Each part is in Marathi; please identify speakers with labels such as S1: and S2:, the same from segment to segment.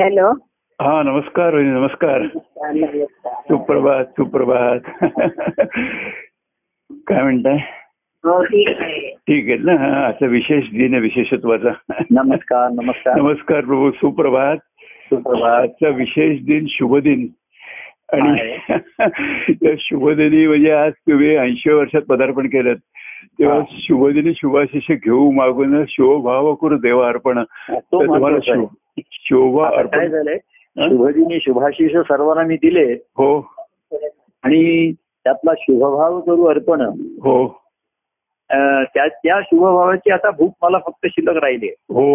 S1: हॅलो
S2: हा नमस्कार वहिनी नमस्कार सुप्रभात सुप्रभात काय म्हणताय
S1: हो ठीक आहे
S2: ठीक आहे ना हा, असा विशेष दिन आहे विशेषत्वाचा
S3: नमस्कार नमस्कार
S2: नमस्कार प्रभू सुप्रभात
S3: सुप्रभात
S2: आजचा विशेष दिन शुभ दिन आणि त्या शुभदिनी म्हणजे आज तुम्ही ऐंशी वर्षात पदार्पण केलं तेव्हा
S3: हा.
S2: शुभदिनी शुभाशिष घेऊ मागून शोभाव करू देवा अर्पण
S3: तो
S2: तर तुम्हाला
S3: महत्वाचा आहे.
S2: शो- शोभा
S3: आता काय
S2: अर्पण
S3: झालंय
S2: हा?
S3: शुभदिनी शुभाशिष सर्वांना मी दिले
S2: हो
S3: आणि त्यातला शुभभाव करू अर्पण
S2: हो
S3: अं, त्या त्या शुभभावाची आता भूक मला फक्त शिल्लक राहिली आहे.
S2: हो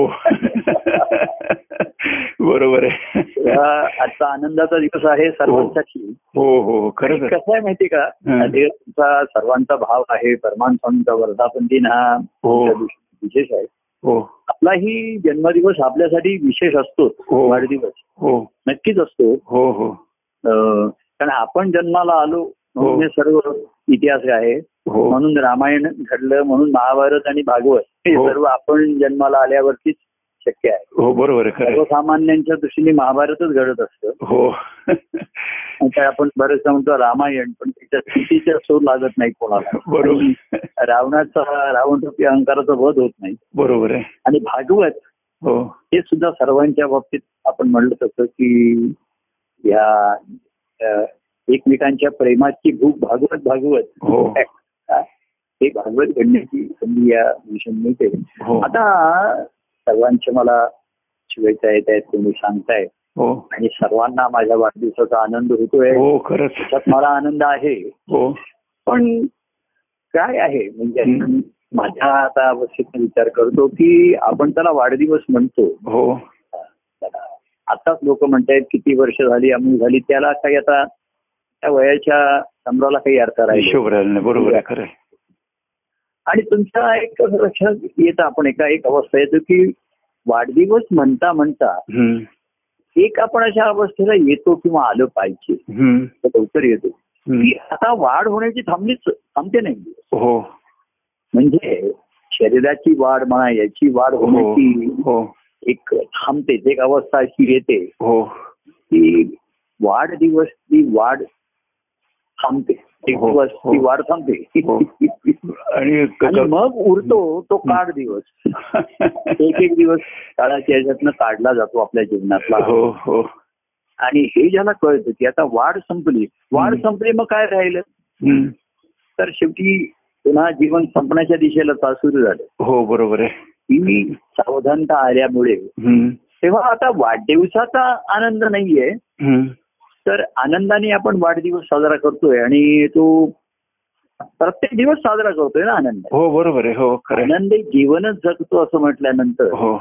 S2: बरोबर आहे
S3: तेव्हा आजचा आनंदाचा दिवस आहे सर्वांसाठी
S2: हो हो
S3: आणि
S2: खरंच आहे.
S3: कसं आहे माहिती का
S2: हं.
S3: आधी तुमचा सर्वांचा भाव आहे परमान स्वामीचा वर्धापन दिन हा
S2: हो.
S3: विशेष आहे
S2: हो
S3: आपलाही जन्मदिवस आपल्यासाठी विशेष असतो
S2: हो.
S3: वाढदिवस
S2: हो
S3: नक्कीच असतो
S2: हो हो
S3: अं, कारण आपण जन्माला आलो म्हणून हे सर्व इतिहास आहे
S2: हो
S3: म्हणून रामायण घडलं म्हणून महाभारत आणि भागवत हे
S2: हो.
S3: सर्व आपण जन्माला आल्यावरतीच शक्य आहे
S2: हो बरोबर आहे खरं आहे.
S3: सर्वसामान्यांच्या दृष्टीने महाभारतच घडत असतं
S2: हो
S3: आणि काय आपण बरेच म्हणतो रामायण पण त्याच्या स्थितीच्या सोड लागत नाही कोणाला आणि
S2: बरोबर
S3: रावणाचा रावण रूपी अहंकाराचा वध होत नाही
S2: बरोबर आहे
S3: आणि भागवत
S2: हो
S3: हे सुद्धा सर्वांच्या बाबतीत आपण म्हणलं तसं की या अ, एकमेकांच्या प्रेमाची भूक भागवत भागवत
S2: हो
S3: हे भागवत घडण्याची संधी या विषयी मिळते
S2: हो
S3: आता सर्वांचे मला शुभेच्छा येत आहेत तुम्ही सांगताय
S2: हो
S3: आणि सर्वांना माझ्या वाढदिवसाचा आनंद होतोय
S2: हो खरंच
S3: त्याच्यात मला आनंद आहे
S2: हो
S3: पण काय आहे म्हणजे
S2: हं.
S3: माझा आता आवश्यक विचार करतो की आपण त्याला वाढदिवस म्हणतो
S2: हो
S3: त्याला आताच लोक म्हणतायत किती वर्ष झाली अमुक झाली त्याला काही आता त्या वयाच्या संभ्राला काही अर्थ राहील
S2: हिशोब राहिला नाही बरोबर आहे खरं आहे.
S3: आणि तुमच्या एक लक्षात येतं आपण एका एक अवस्था येतो की वाढदिवस म्हणता म्हणता
S2: हम्म,
S3: एक आपण अशा अवस्थेला येतो किंवा आलं पाहिजे
S2: हम्म,
S3: तर लवकर येतो
S2: हम्म.
S3: की आता वाढ होण्याची थांबलीच थांबते नाही
S2: हो
S3: म्हणजे शरीराची वाढ म्हणा याची वाढ
S2: हो
S3: होण्याची
S2: हो
S3: एक थांबते एक अवस्था अशी येते
S2: हो
S3: की वाढदिवस ती वाढ थांबते एक
S2: हो,
S3: दिवस
S2: हो.
S3: ती वाढ थांबते
S2: हो. आणि क-
S3: आणि मग उरतो तो काढ दिवस एक एक दिवस काळाच्या ह्याच्यातनं काढला जातो आपल्या जीवनातला
S2: हो हो
S3: आणि हे ज्याला कळतं की आता वाढ संपली वाढ
S2: हम्म.
S3: संपली मग काय राहिलं
S2: हम्म,
S3: तर शेवटी पुन्हा जीवन संपण्याच्या दिशेला चा सुरू झालं
S2: हो बरोबर आहे
S3: ही सावधानता आल्यामुळे
S2: हम्म,
S3: तेव्हा आता वाढदिवसाचा आनंद नाहीये
S2: हम्म.
S3: तर आनंदाने आपण वाढदिवस साजरा करतोय आणि तो प्रत्येक दिवस साजरा करतोय ना आनंद
S2: हो बरोबर आहे हो खरं आहे.
S3: आनंद जीवनच जगतो असं म्हटल्यानंतर
S2: हो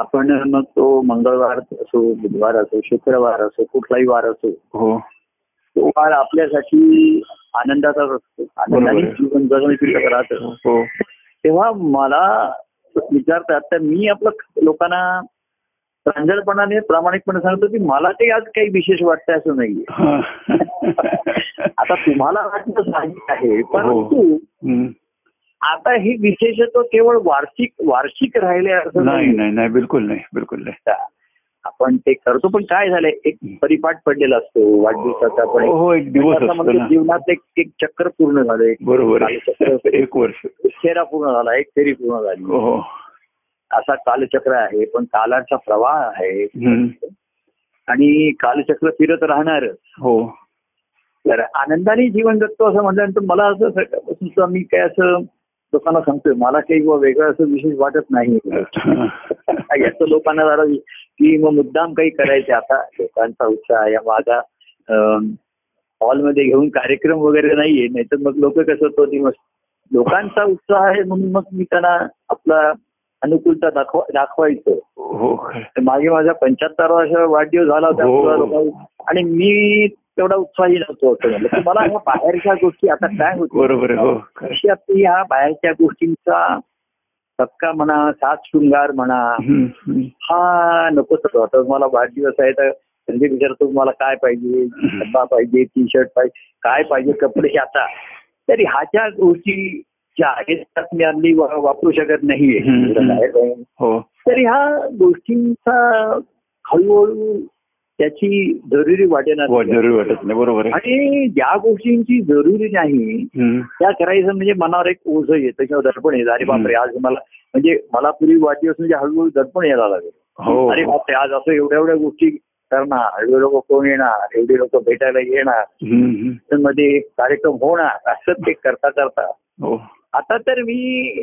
S3: आपण मग तो मंगळवार असो बुधवार असो शुक्रवार असो कुठलाही वार असो
S2: हो
S3: तो वार आपल्यासाठी आनंदाचाच असतो आनंदाने
S2: बरोबर आहे.
S3: जीवन जगण्याची राहतं
S2: हो
S3: तेव्हा मला विचारतात तर मी आपलं लोकांना प्रांजळपणाने प्रामाणिकपणे सांगतो की मला ते आज काही विशेष वाटतंय असं नाहीये
S2: हा.
S3: आता तुम्हाला वाटणं साहजिक आहे
S2: हो.
S3: परंतु
S2: हम्म.
S3: आता हे विशेषत्व केवळ वार्षिक वार्षिक राहिले असं
S2: नाही
S3: नाही
S2: नाही नाही बिलकुल नाही बिलकुल नाही
S3: आपण ते करतो पण काय झालंय एक परिपाठ पडलेला असतो वाढदिवसाचा आपण
S2: हो,
S3: एक-
S2: हो एक दिवस
S3: असं
S2: असतो
S3: म्हणतो
S2: ना
S3: जीवनात एक एक चक्र पूर्ण झालं एक
S2: बरोबर
S3: कालचक्र.
S2: आहे एक वर्ष
S3: एक फेरा पूर्ण झाला एक फेरी पूर्ण झाली
S2: हो
S3: असा कालचक्र आहे पण कालाचा प्रवाह आहे
S2: हम्म.
S3: आणि कालचक्र फिरत राहणार
S2: हो
S3: तर आनंदाने जीवन जगतो असं म्हटल्यानंतर मला असं सकाळपासून तर मी काय असं लोकांना सांगतोय मला काही बुवा वेगळं असं विशेष वाटत नाही
S2: हो.
S3: याचं लोकांना जरा वि- की मग मुद्दाम काही करायचे आता लोकांचा उत्साह आहे माझा हॉलमध्ये घेऊन कार्यक्रम वगैरे नाहीये नाहीतर मग लोक कसं तो दिवस लोकांचा उत्साह आहे म्हणून मग मी त्यांना आपला अनुकूलता दाखवा दाखवायचं
S2: हो खरं.
S3: तर मागे माझा पंच्याहत्तर वर्षाचा वाढदिवस झाला होता
S2: हो.
S3: तेव्हा लोकांनी- आणि मी तेवढा उत्साही नव्हतो असं झालं. तर मला ह्या बाहेरच्या गोष्टी आता काय होत
S2: बरोबर आहे हो खरं.
S3: अशी आपली ह्या बाहेरच्या गोष्टींचा धक्का म्हणा सात शृंगार म्हणा
S2: हम्म, हम्म.
S3: हा नको तर आता मला वाढदिवस आहे तर म्हणजे विचारतो मला काय पाहिजे डब्बा पाहिजे टी शर्ट पाहिजे काय पाहिजे कपडे हे आता तरी ह्याच्या गोष्टी ज्या आहेत त्यात मी आम्ही वा- वापरू शकत नाहीये
S2: हम्म, हम्म.
S3: बाहेर जाऊन
S2: हो
S3: तर ह्या गोष्टींचा हळूहळू त्याची जरुरी वाटेना
S2: हो, जरूर वाटत नाही बरोबर आहे
S3: आणि ज्या गोष्टींची जरुरी नाही
S2: हम्म.
S3: त्या करायचं म्हणजे मनावर एक ओझ येतं किंवा दडपण येतं अरे बापरे
S2: हम्म.
S3: आज मला म्हणजे मला पूर्वी वाटली असून म्हणजे हळूहळू दडपण यायला लागेल
S2: हो
S3: अरे
S2: हो.
S3: बापरे आज असं एवढ्या एवढ्या गोष्टी करणार एवढे लोक कोण येणार एवढे लोक भेटायला येणार
S2: हम्म, हम्म.
S3: मध्ये कार्यक्रम होणार असं ते करता करता
S2: हो
S3: आता तर मी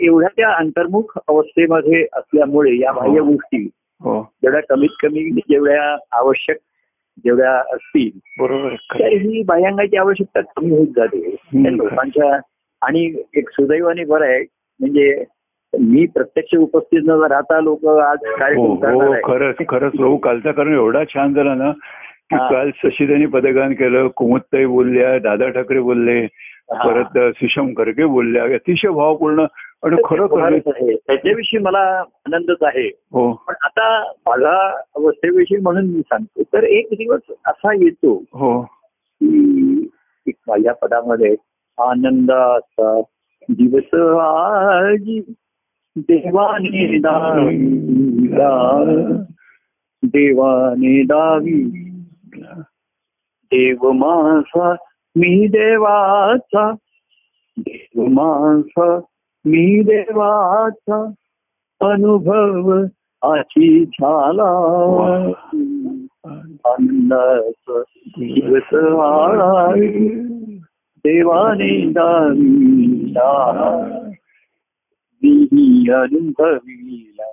S3: एवढ्या त्या अंतर्मुख अवस्थेमध्ये असल्यामुळे या बाह्य
S2: हो.
S3: गोष्टी
S2: हो
S3: जेवढ्या कमीत कमी जेवढ्या आवश्यक जेवढ्या असतील
S2: बरोबर आहे
S3: तर
S2: खरं आहे.
S3: ही बाह्यांगाची आवश्यकता कमी होत जाते त्या लोकांच्या आणि एक सुदैवाने बरं आहे म्हणजे मी प्रत्यक्ष उपस्थित न राहता लोक आज
S2: हो
S3: कार्यक्रम करणार
S2: हो
S3: आहे
S2: खरंच खरंच हो कालचा कारण एवढा छान झाला ना की
S3: हा.
S2: काल शशीदानी पदगान केलं कुमुदताई बोलल्या दादा ठाकरे बोलले
S3: हा.
S2: परत सुषम खरगे बोलल्या अतिशय भावपूर्ण आणि खरं खरं
S3: होणारच आहे. त्याच्याविषयी मला आनंदच आहे
S2: हो
S3: पण आता माझा अवस्थेविषयी म्हणून मी सांगतो तर एक दिवस असा येतो
S2: हो
S3: की एक माझ्या पदामध्ये आनंदाचा दिवस आज देवाने दाविला देवाने दावी देव माझा मी देवाचा देव माझा मी देवाचा अनुभव आची झाला आनंदाचा दिवस आळावी देवाने दाविला मी अनुभवीला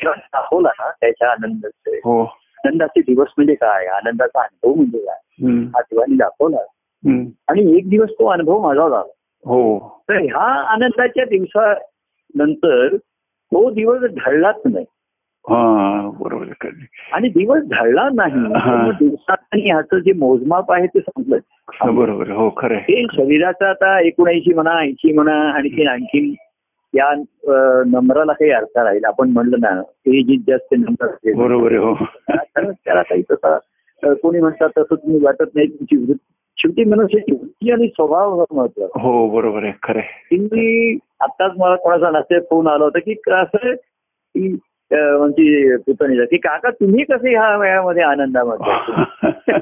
S3: जेव्हा दाखवला ना त्याच्या आनंदाचे
S2: हो
S3: आनंदाचे दिवस म्हणजे काय आनंदाचा अनुभव म्हणजे काय
S2: हम्म.
S3: हा दिवाणी दाखवला
S2: हम्म.
S3: आणि एक दिवस तो अनुभव माझा झाला
S2: हो
S3: तर ह्या आनंदाच्या दिवसानंतर तो दिवस ढळलाच नाही
S2: हा बरोबर आहे, खरं आहे.
S3: आणि दिवस ढळला नाही
S2: हा.
S3: तर मग दिवसात आणि ह्याचं जे मोजमाप आहे ते संपलं
S2: हा, बरोबर आहे. हो खरं आहे.
S3: हे शरीराचं आता एकोणऐंशी म्हणा ऐंशी म्हणा आणखीन आणखीन या अ, नंबराला काही अर्थ राहील आपण म्हणलं ना एज जास्त नंबर असेल.
S2: बरोबर आहे हो
S3: कारण त्याला काही तसा अ, कोणी म्हणतात तसं तुम्ही वाटत नाही तुमची वृत्ती शेवटी मनुष्याची वृत्ती आणि स्वभाव महत्वाचा
S2: हो बरोबर आहे खरं आहे.
S3: मी आताच मला कोणाचा नाश्त्यात फोन आला होता की कसं की अ, म्हणजे पुतणीला की काका तुम्ही कसे ह्या वयामध्ये आनंदामध्ये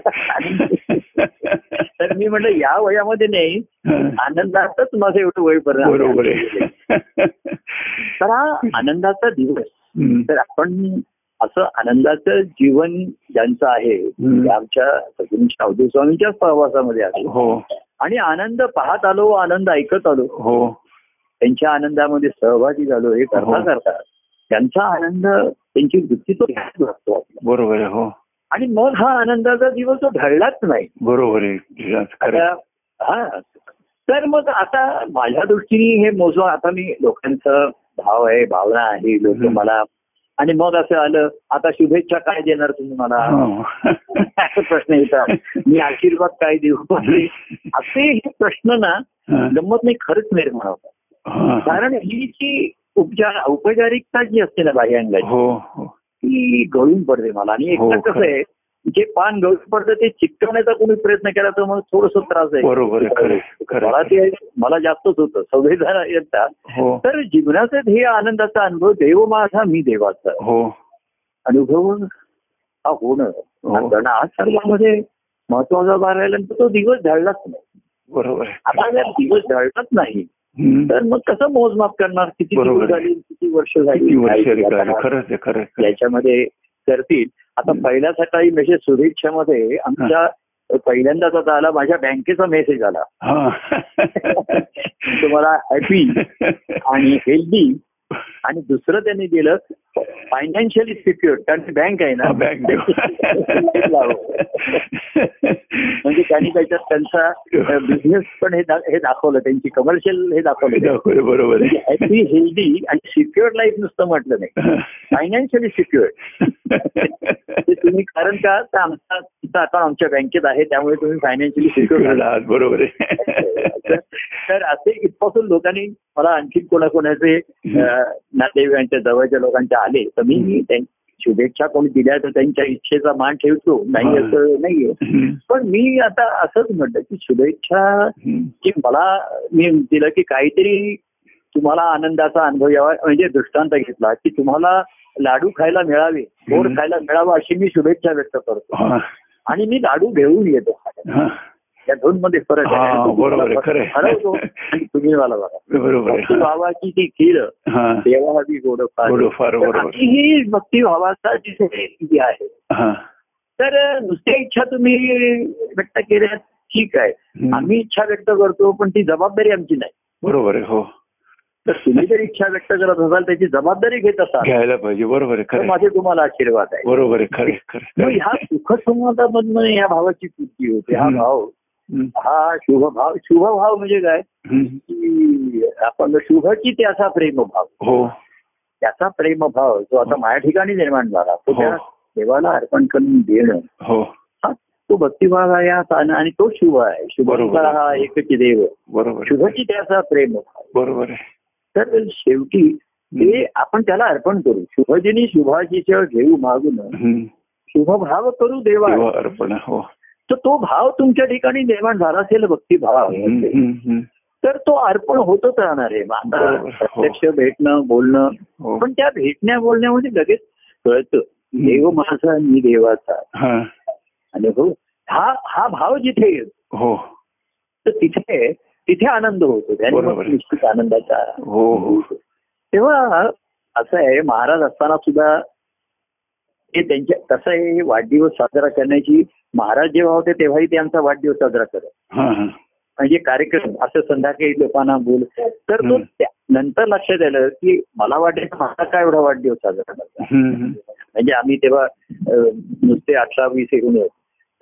S3: तर मी म्हटलं या वयामध्ये नाही आनंदातच माझं एवढं वय परिणाम
S2: बरोबर आहे
S3: तर हा आनंदाचा दिवस
S2: हम्म.
S3: तर आपण असं आनंदाचं जीवन ज्यांचं आहे
S2: हम्म.
S3: ते आमच्या सगळी शावधी स्वामींच्याच सहवासामध्ये आहे
S2: हो
S3: आणि आनंद पाहत आलो आनंद ऐकत आलो
S2: हो
S3: त्यांच्या आनंदामध्ये सहभागी झालो हे करता
S2: हो.
S3: करता त्यांचा आनंद त्यांची वृत्ती तो घ्यायच लागतो आपला.
S2: बरोबर आहे हो
S3: आणि मग हा आनंदाचा दिवस तो ढळलाच नाही
S2: बरोबर आहे खरं आहे.
S3: आता हा तर मग आता माझ्या दृष्टीने हे मोजवा आता मी लोकांचं भाव आहे भावना आहे लोक
S2: हम्म.
S3: मला आणि मग असं आलं आता शुभेच्छा काय देणार तुम्ही मला
S2: हो.
S3: असे प्रश्न येतात मी आशीर्वाद काय देऊ असे हे प्रश्न ना
S2: हा.
S3: गंमत नाही खरंच निर्माण होतात
S2: हा.
S3: कारण ही जी उपचार औपचारिकता जी असते ना बाह्य अंगाची
S2: हो हो
S3: ती गळून पडते मला आणि
S2: हो,
S3: एकदा कसं
S2: खरं.
S3: आहे जे पान गळून पडतं ते चिकटवण्याचा कोणी प्रयत्न केला तर मग थोडस त्रास
S2: बरोबर आहे, खरं आहे, खरं आहे.
S3: मला ते मला जास्तच होतं संवेदना येतात
S2: हो
S3: तर जीवनाचे हे आनंदाचा अनुभव देव माझा मी देवाचा
S2: हो
S3: अनुभव हा होणं
S2: हो.
S3: कारण आज सर्वांमध्ये महत्वाचा भाग राहिल्यानंतर तो दिवस ढळलाच नाही
S2: बरोबर आहे
S3: आता जर दिवस ढळलाच नाही
S2: हम्म.
S3: तर मग कसं मोजमाप करणार किती
S2: बरोबर
S3: दिवस
S2: आहे.
S3: झाली किती वर्ष
S2: किती
S3: झाली
S2: वर्ष
S3: काय
S2: रिकामी.
S3: आता
S2: खरंच आहे खरंच आहे.
S3: याच्यामध्ये करतील आता
S2: हं.
S3: पहिला सकाळी मेसेज शुभेच्छामध्ये आमच्या पहिल्यांदाच आता आला माझ्या बँकेचा मेसेज आला
S2: हा
S3: तुम्हाला हॅपी आणि हेल्दी आणि दुसरं त्यांनी दिलं फायनान्शियली सिक्युअर कारण ती बँक आहे ना
S2: हा, बँक देऊ.
S3: म्हणजे त्यांनी त्याच्यात त्यांचा बिझनेस पण हे दा- हे दाखवलं त्यांची कमर्शियल हे दाखवलं
S2: दाखवलं, बरोबर आहे
S3: हॅपी हेल्दी आणि सिक्युअर लाईफ नुसतं म्हटलं नाही फायनान्शियली सिक्युअर ते म्हणजे तुम्ही कारण का तर आमचा तिथं आता आमच्या बँकेत आहे त्यामुळे तुम्ही फायनान्शियली सिक्युअर
S2: आहात, बरोबर आहे
S3: तर असे इथपासून लोकांनी मला आणखी कोणाकोणाचे अं, नातेवाईकांच्या जवळच्या लोकांच्या आले तर मी त्यां- शुभेच्छा कोणी दिल्या तर त्यांच्या इच्छेचा मान ठेवतो नाही असं नाहीये
S2: हम्म.
S3: पण मी आता असंच म्हटलं की शुभेच्छा
S2: हम्म.
S3: की मला मी दिलं की काहीतरी तुम्हाला आनंदाचा अनुभव यावा म्हणजे दृष्टांत घेतला की तुम्हाला लाडू खायला मिळावे गोड
S2: हम्म.
S3: खायला मिळावा अशी मी शुभेच्छा व्यक्त करतो
S2: हा,
S3: आणि मी लाडू घेऊन येतो
S2: हा.
S3: या दोन मध्ये फरक
S2: हा, बरोबर आहे, खरं
S3: आहे
S2: आहे.
S3: हरवतो आणि तुम्ही मला बघा
S2: बरोबर आहे हा.
S3: भक्तिभावाची ती खीर
S2: हा
S3: देवा हवी
S2: गोडफार, बरोबर.
S3: ही भक्तिभावाचा जी स्थिती आहे
S2: हा
S3: तर नुसत्या इच्छा तुम्ही व्यक्त केल्या ठीक आहे
S2: हम्म.
S3: आम्ही इच्छा व्यक्त करतो पण ती जबाबदारी आमची नाही
S2: बरोबर आहे हो
S3: तर तुम्ही जर इच्छा व्यक्त करत असाल त्याची जबाबदारी घेत असाल
S2: घ्यायला पाहिजे बरोबर आहे
S3: तर
S2: खरं आहे.
S3: माझे तुम्हाला आशीर्वाद आहे
S2: बरोबर आहे खरं आहे, खरं
S3: मग
S2: आहे.
S3: ह्या सुखसंवादामधनं या भावाची पूर्ती होते हा
S2: हम्म.
S3: भाव
S2: हम्म,
S3: हा शुभ भाव शुभ भाव म्हणजे काय
S2: हम्म.
S3: की आपण शुभची त्याचा प्रेमभाव
S2: हो
S3: त्याचा प्रेमभाव जो आता माझ्या ठिकाणी निर्माण झाला तो
S2: हो.
S3: त्या देवाला अर्पण करून देणं
S2: हो
S3: हा तो भक्तिभाव आहे हा सान- आणि तो शुभ आहे शुभ
S2: बरोबर.
S3: हा एकची देव
S2: बरोबर आहे.
S3: शुभची त्याचा प्रेमभाव
S2: बरोबर आहे
S3: तर शेवटी ते आपण त्याला अर्पण करू शुभजनी शुभाची छळ घेऊ मागून
S2: हम्म.
S3: शुभभाव करू देवा
S2: देवा अर्पण हो
S3: तर तो भाव तुमच्या ठिकाणी निर्माण झाला असेल भक्तिभाव
S2: हम्म,
S3: असेल,
S2: हम्म, हम्म.
S3: तर तो अर्पण होतच राहणार आहे मग आता
S2: बरोबर. हो.
S3: प्रत्यक्ष भेटणं बोलणं
S2: हो
S3: पण त्या भेटण्या बोलण्यामध्ये लगेच कळतं देव माझा मी देवाचा
S2: हा
S3: आणि हो हा हा भाव जिथे येतो,
S2: हो
S3: तर तिथे तिथे आनंद होतो त्याने मग
S2: बरोबर.
S3: निश्चित आनंदाचा
S2: हो हो
S3: तेव्हा असं आहे महाराज असताना सुद्धा हे त्यांच्या कसं आहे वाढदिवस साजरा करण्याची महाराज जेव्हा होते तेव्हाही ते आमचा वाढदिवस साजरा करत
S2: हा हा
S3: म्हणजे कार्यक्रम असं संध्याकाळी लोकांना बोल तर तो
S2: हम्म.
S3: त्या- नंतर लक्षात आलं की मला वाटायचं माझा काय एवढा वाढदिवस साजरा करणार
S2: हम्म, हम्म.
S3: म्हणजे आम्ही तेव्हा अं, नुसते अठरा वीस एकूण होतो.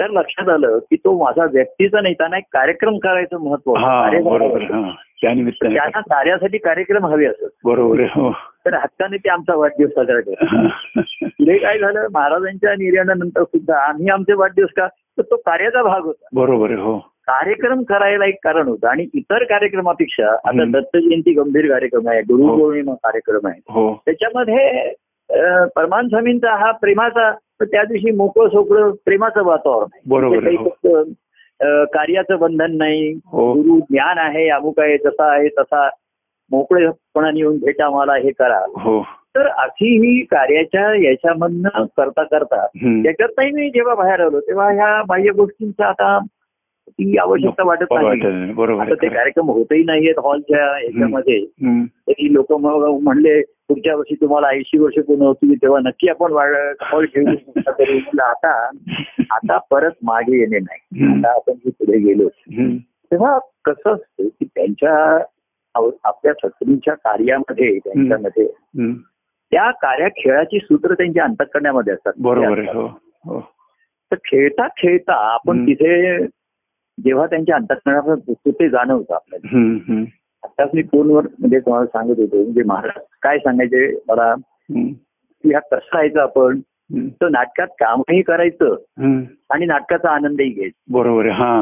S3: तर लक्षात आलं की तो माझा व्यक्तीचा नाही त्यांना एक कार्यक्रम करायचं महत्व
S2: हा बरोबर हा त्यानिमित्ताने
S3: त्यांना कार्यासाठी कार्यक्रम हवे असत
S2: बरोबर आहे हो
S3: तर हक्काने ते आमचा वाढदिवस साजरा केला
S2: हा.
S3: पुढे काय झालं महाराजांच्या निर्याणानंतर सुद्धा आम्ही आमचे वाढदिवस का तर तो कार्याचा भाग होता
S2: बरोबर आहे हो
S3: कार्यक्रम करायला एक कारण होतं आणि इतर कार्यक्रमापेक्षा आता
S2: हम्म.
S3: दत्त जयंती गंभीर कार्यक्रम आहे गुरुपौर्णिमा कार्यक्रम आहे
S2: हो
S3: त्याच्यामध्ये अं, परमान स्वामींचा हा प्रेमाचा तर त्या दिवशी मोकळं सोकळं प्रेमाचं वातावरण आहे.
S2: बरोबर आहे,
S3: तिथे काही फक्त, अं, कार्याचं बंधन नाही
S2: हो.
S3: गुरु ज्ञान आहे अमुक आहे तसा आहे तसा मोकळेपणाने येऊन भेटा मला हे करा
S2: हो
S3: तर अशी ही कार्याच्या याच्यामधनं करता करता
S2: हम्म.
S3: त्याच्यातही मी जेव्हा बाहेर आलो तेव्हा ह्या बाह्य गोष्टींचा आता ती आवश्यकता वाटत
S2: हो, वाटत
S3: नाही
S2: नाही, बरोबर
S3: आता
S2: आहे,
S3: ते
S2: खरं आहे.
S3: कार्यक्रम होतही नाहीयेत हॉलच्या याच्यामध्ये
S2: हम्म.
S3: तरी लोक मग म्हणले पुढच्या वर्षी तुम्हाला ऐंशी वर्ष पूर्ण होती तेव्हा नक्की आपण वाढ- हॉल घेऊ तरी म्हणलं आता आता परत मागे येणे नाही
S2: हम्म.
S3: आता आपण जे पुढे गेलो
S2: हम्म.
S3: तेव्हा कसं असतं की त्यांच्या आव- आपल्या सत्रींच्या कार्यामध्ये त्यांच्यामध्ये
S2: हम्म.
S3: त्या कार्या खेळाची सूत्र त्यांच्या अंतकरण्यामध्ये असतात
S2: बरोबर आहे हो हो
S3: तर खेळता खेळता आपण
S2: हम्म.
S3: तिथे जेव्हा त्यांच्या अंतकरणावर घुसतो ते जाणवतं आपल्याला
S2: हम्म, हम्म.
S3: आताच मी फोनवर म्हणजे तुम्हाला सांगत होतो म्हणजे महाराज काय सांगायचे मला
S2: हम्म.
S3: की ह्या कसं राहायचं आपण
S2: हम्म.
S3: तर नाटकात कामही करायचं
S2: हम्म.
S3: आणि नाटकाचा आनंदही घ्यायचा
S2: बरोबर आहे हा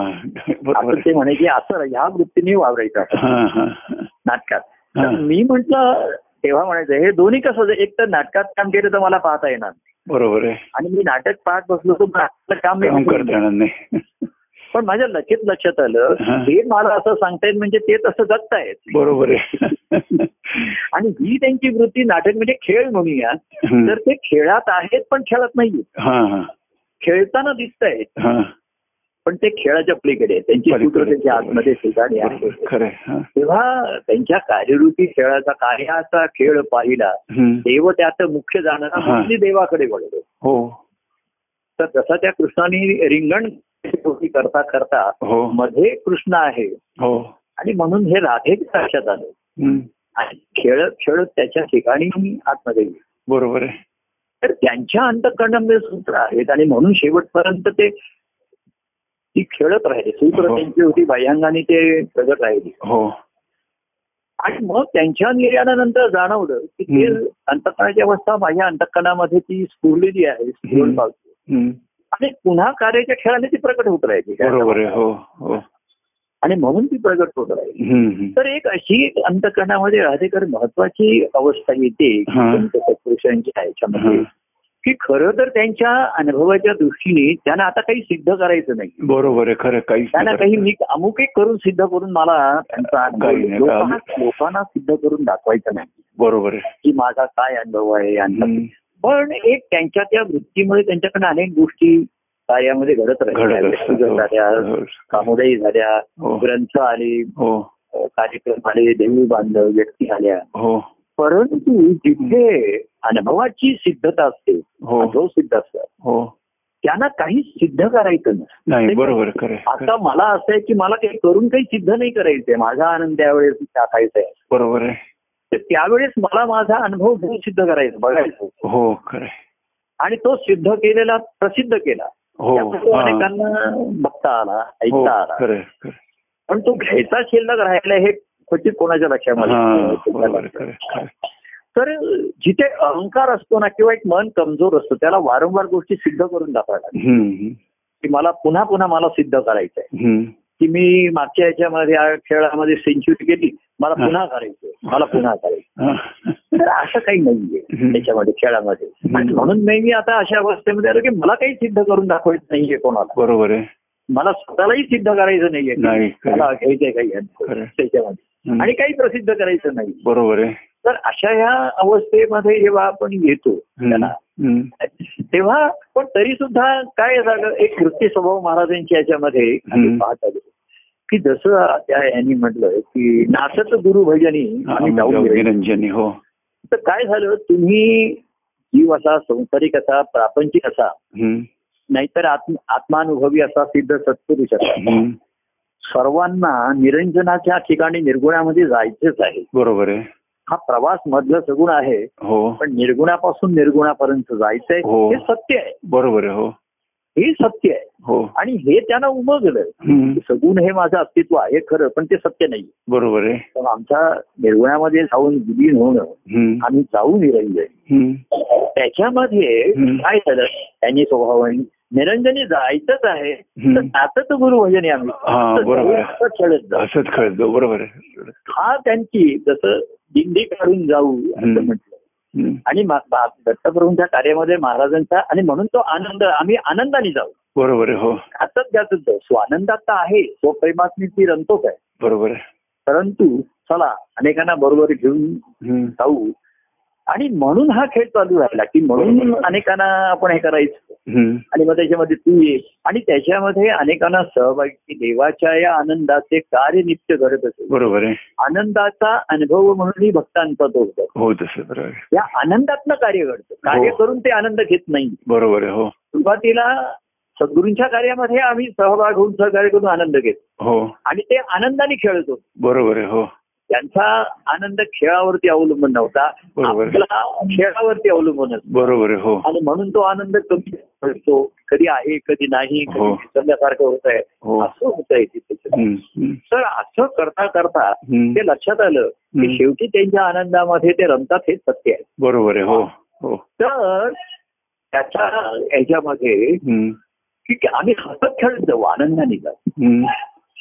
S2: बरोबर
S3: आपण
S2: आहे.
S3: ते म्हणायचे असं ह्या वृत्तीने वावरायचं आपण
S2: हा हा हा.
S3: नाटकात तर
S2: हा.
S3: मी म्हंटल तेव्हा म्हणायचं हे दोन्ही कसं एक तर नाटकात काम केलं तर मला पाहता येणार नाही.
S2: बरोबर आहे
S3: आणि मी नाटक पाहत बसलो तर नाटकातलं काम मी
S2: काम
S3: करू
S2: करता येणार नाही
S3: पण माझ्या लक्षात लक्षात आलं
S2: हा.
S3: हे मला असं सांगता येईल म्हणजे ते तसं जगतायत
S2: बरोबर आहे
S3: आणि ही त्यांची वृत्ती नाटक म्हणजे खेळ म्हणूया
S2: हम्म.
S3: तर ते खेळात आहेत पण खेळत नाहीये
S2: हा हा
S3: खेळताना दिसत आहेत
S2: हा
S3: पण ते खेळाच्या पलीकडे आहेत. त्यांची सूत्र त्यांच्या आतमध्ये ठिकाणी आहे
S2: बरोबर, खरं आहे हा.
S3: तेव्हा त्यांच्या कार्यरूपी खेळाचा कार्याचा खेळ पाहिला
S2: हम्म.
S3: देव त्यात मुख्य जाणारा
S2: हा.
S3: मुख्य देवाकडे वळलो
S2: हो
S3: तर जसा त्या कृष्णाने रिंगण कृती करता करता
S2: हो
S3: मध्ये कृष्ण आहे
S2: हो
S3: आणि म्हणून हे राधे लक्षात आलं
S2: हम्म.
S3: आणि खेळत खेळत त्याच्या ठिकाणी आतमध्ये गेले.
S2: बरोबर आहे
S3: तर त्यांच्या अंतकरणामध्ये सूत्र आहेत आणि म्हणून शेवटपर्यंत ते ती खेळत राहिले सूत्र
S2: हो.
S3: त्यांची होती बाह्यांगाने ते प्रगट राहिले
S2: हो
S3: आणि मग त्यांच्या निर्याणानंतर जाणवलं की ते
S2: हम्म.
S3: अंतकरणाची अवस्था माझ्या अंतकरणामध्ये ती स्फुरलेली आहे स्फुरण
S2: हम्म.
S3: पावते
S2: हम्म.
S3: आणि पुन्हा कार्याच्या खेळाने ती प्रगट होत
S2: बरोबर
S3: राहिली
S2: आहे हो हो
S3: आणि म्हणून ती प्रगट होत राहिली
S2: हम्म, हम्म.
S3: तर एक अशी एक अंतकरणामध्ये राधेकर महत्वाची अवस्था येते
S2: हा.
S3: संत सत्पुरुषांच्या ह्याच्यामध्ये
S2: हा.
S3: की खरं तर त्यांच्या अनुभवाच्या दृष्टीने त्यांना आता काही सिद्ध करायचं नाही
S2: बरोबर आहे खरं काहीच
S3: त्यांना
S2: नाही
S3: काही
S2: करायचं.
S3: मी अमुक एक करून सिद्ध करून मला त्यांचा अनुभव
S2: काही नाही.
S3: लोकांना लोकांना सिद्ध करून दाखवायचं नाही
S2: बरोबर आहे
S3: की माझा काय अनुभव आहे यांचा
S2: हम्म.
S3: पण एक त्यांच्या त्या वृत्तीमुळे त्यांच्याकडे अनेक गोष्टी कार्यामध्ये
S2: घडत
S3: घडत राहिल्या
S2: असतं.
S3: व्यक्तिगत झाल्या
S2: हो.
S3: कामुदायी झाल्या
S2: हो.
S3: ग्रंथ आले
S2: हो
S3: अ, कार्यक्रम आले देवी बांधव व्यक्ती आल्या
S2: हो
S3: परंतु जिथे अनुभवाची सिद्धता असते
S2: हो.
S3: अनुभव सिद्ध असतात
S2: हो
S3: त्यांना काही सिद्ध करायचं नसतं
S2: नाही बरोबर आहे, खरं आहे, खरं
S3: आता
S2: आहे.
S3: मला असं आहे की मला काही करून काही सिद्ध नाही करायचंय माझा आनंद त्यावेळेस टाकायचा आहे
S2: बरोबर आहे
S3: तर त्यावेळेस मला माझा अनुभव घेऊन सिद्ध करायचा बघायचा
S2: हो खरं आहे.
S3: आणि तो सिद्ध केलेला प्रसिद्ध केला
S2: हो
S3: त्यामुळे
S2: हा.
S3: अनेकांना बघता आला
S2: हो
S3: ऐकता आला
S2: खरं आहे, खरं आहे.
S3: पण तो घ्यायचा शिल्लक राहिला हे क्वचित कोणाच्या लक्षामध्ये
S2: हा,
S3: नाही.
S2: बरोबर आहे, खरं आहे, खरं आहे.
S3: तर जिथे अहंकार असतो ना किंवा एक मन कमजोर असतो त्याला वारंवार गोष्टी सिद्ध करून दाखवायला लागतात.
S2: हम्म, हम्म,
S3: की मला पुन्हा पुन्हा मला सिद्ध करायचंय
S2: हम्म.
S3: की मी मागच्या याच्यामध्ये या खेळामध्ये सेंचुरी केली मला
S2: हा.
S3: पुन्हा करायचंय मला पुन्हा करायचं
S2: हा.
S3: तर असं काही नाहीये
S2: हम्म.
S3: त्याच्यामध्ये खेळामध्ये
S2: हम्म.
S3: आणि म्हणून नाही मी आता अशा अवस्थेमध्ये आलो की मला काही सिद्ध करून दाखवायचं नाहीये कोणाला
S2: बरोबर आहे
S3: मला स्वतःलाही सिद्ध करायचं नाहीये की
S2: नाही, खरं.
S3: मला घ्यायचंय काही अनुभव
S2: खरं.
S3: त्याच्यामध्ये
S2: हम्म.
S3: आणि काही प्रसिद्ध करायचं नाही
S2: बरोबर आहे
S3: तर अशा ह्या अवस्थेमध्ये जेव्हा आपण येतो
S2: हम्म,
S3: त्याला
S2: हम्म.
S3: तेव्हा पण तरी सुद्धा काय झालं एक कृत्य स्वभाव महाराजांच्या याच्यामध्ये आम्ही
S2: हम्म.
S3: पाहत आलो की जसं त्या यांनी म्हटलं की नासत गुरु भजनी आम्ही
S2: हा, म्हणजे
S3: जाऊन गेलो.
S2: निरंजनी हो
S3: तर काय झालं तुम्ही जीव असा संसारिक असा प्रापंचिक असा
S2: हम्म,
S3: नाहीतर आत्म आत्मानुभवी असा सिद्ध सत्पुरुष असा
S2: हम्म.
S3: सर्वांना निरंजनाच्या ठिकाणी निर्गुणामध्ये जायचेच आहे
S2: बरोबर आहे
S3: हा प्रवास मधला सगुण आहे
S2: हो
S3: पण निर्गुणापासून निर्गुणापर्यंत जायचंय
S2: हो.
S3: हे सत्य आहे
S2: बरोबर आहे हो
S3: हे सत्य आहे
S2: हो
S3: आणि हे त्यांना उमगलं
S2: हम्म,
S3: सगुण हे माझं अस्तित्व आहे खरं पण ते सत्य नाही
S2: बरोबर आहे
S3: पण आमच्या निर्गुणामध्ये जाऊन विलीन होणं
S2: हम्म,
S3: आम्ही जाऊ निरंजन
S2: हम्म.
S3: त्याच्यामध्ये
S2: हम्म.
S3: काय झालं त्यांनी स्वभावाने निरंजनी जायचंच आहे तर
S2: हम्म.
S3: नाचत गुरु भजनी आम्ही
S2: हा,
S3: असं
S2: बरोबर आहे.
S3: असं खेळत जाऊ
S2: असंच खळतो बरोबर आहे
S3: हा त्यांची जसं दिंडी काढून जाऊ असं
S2: हम्म.
S3: म्हटलं
S2: हम्म,
S3: आणि मा- बा- दत्तप्रभूंच्या कार्यामध्ये महाराजांचा आणि म्हणून तो आनंद आम्ही आनंदाने जाऊ
S2: बरोबर आहे हो
S3: आताच जातच जाऊ स्वानंदात तर आहे स्वप्रेमात मी ती रमतोच आहे
S2: बरोबर आहे
S3: परंतु चला अनेकांना बरोबर घेऊन
S2: हम्म,
S3: जाऊ आणि म्हणून हा खेळ चालू राहिला की म्हणून
S2: बरोबर.
S3: अनेकांना आपण हे करायचं
S2: हम्म.
S3: आणि मग त्याच्यामध्ये तू ये आणि त्याच्यामध्ये अनेकांना सहभागी देवाच्या या आनंदाचे कार्य नित्य घडत असे
S2: बरोबर आहे
S3: आनंदाचा अनुभव म्हणून ही भक्तांपद होतं
S2: हो तसं बरोबर आहे.
S3: या आनंदातनं कार्य घडतं कार्य
S2: हो.
S3: करून ते आनंद घेत नाही
S2: बरोबर आहे हो
S3: सुरुवातीला सद्गुरूंच्या कार्यामध्ये आम्ही सहभाग होऊन सहकार्य करून आनंद घेत
S2: हो
S3: आणि ते आनंदाने खेळतो
S2: बरोबर आहे हो
S3: त्यांचा आनंद खेळावरती अवलंबून नव्हता
S2: बरोबर.
S3: आपला खेळावरती अवलंबून असतो
S2: बरोबर आहे हो
S3: आणि म्हणून तो आनंद कमी असतो कधी आहे कधी नाही कधी
S2: हो.
S3: विसरल्यासारखं होत आहे
S2: हो.
S3: असं होत आहे तिथे
S2: हम्म, हम्म,
S3: तर असं करता करता
S2: हम्म.
S3: ते लक्षात आलं
S2: हम्म.
S3: की शेवटी त्यांच्या आनंदामध्ये ते रमतात हे सत्य आहे
S2: बरोबर आहे हो हो
S3: तर त्याच्या याच्यामध्ये
S2: हम्म,
S3: की की आम्ही हसत खेळत जाऊ आनंदाने जाऊ
S2: हम्म,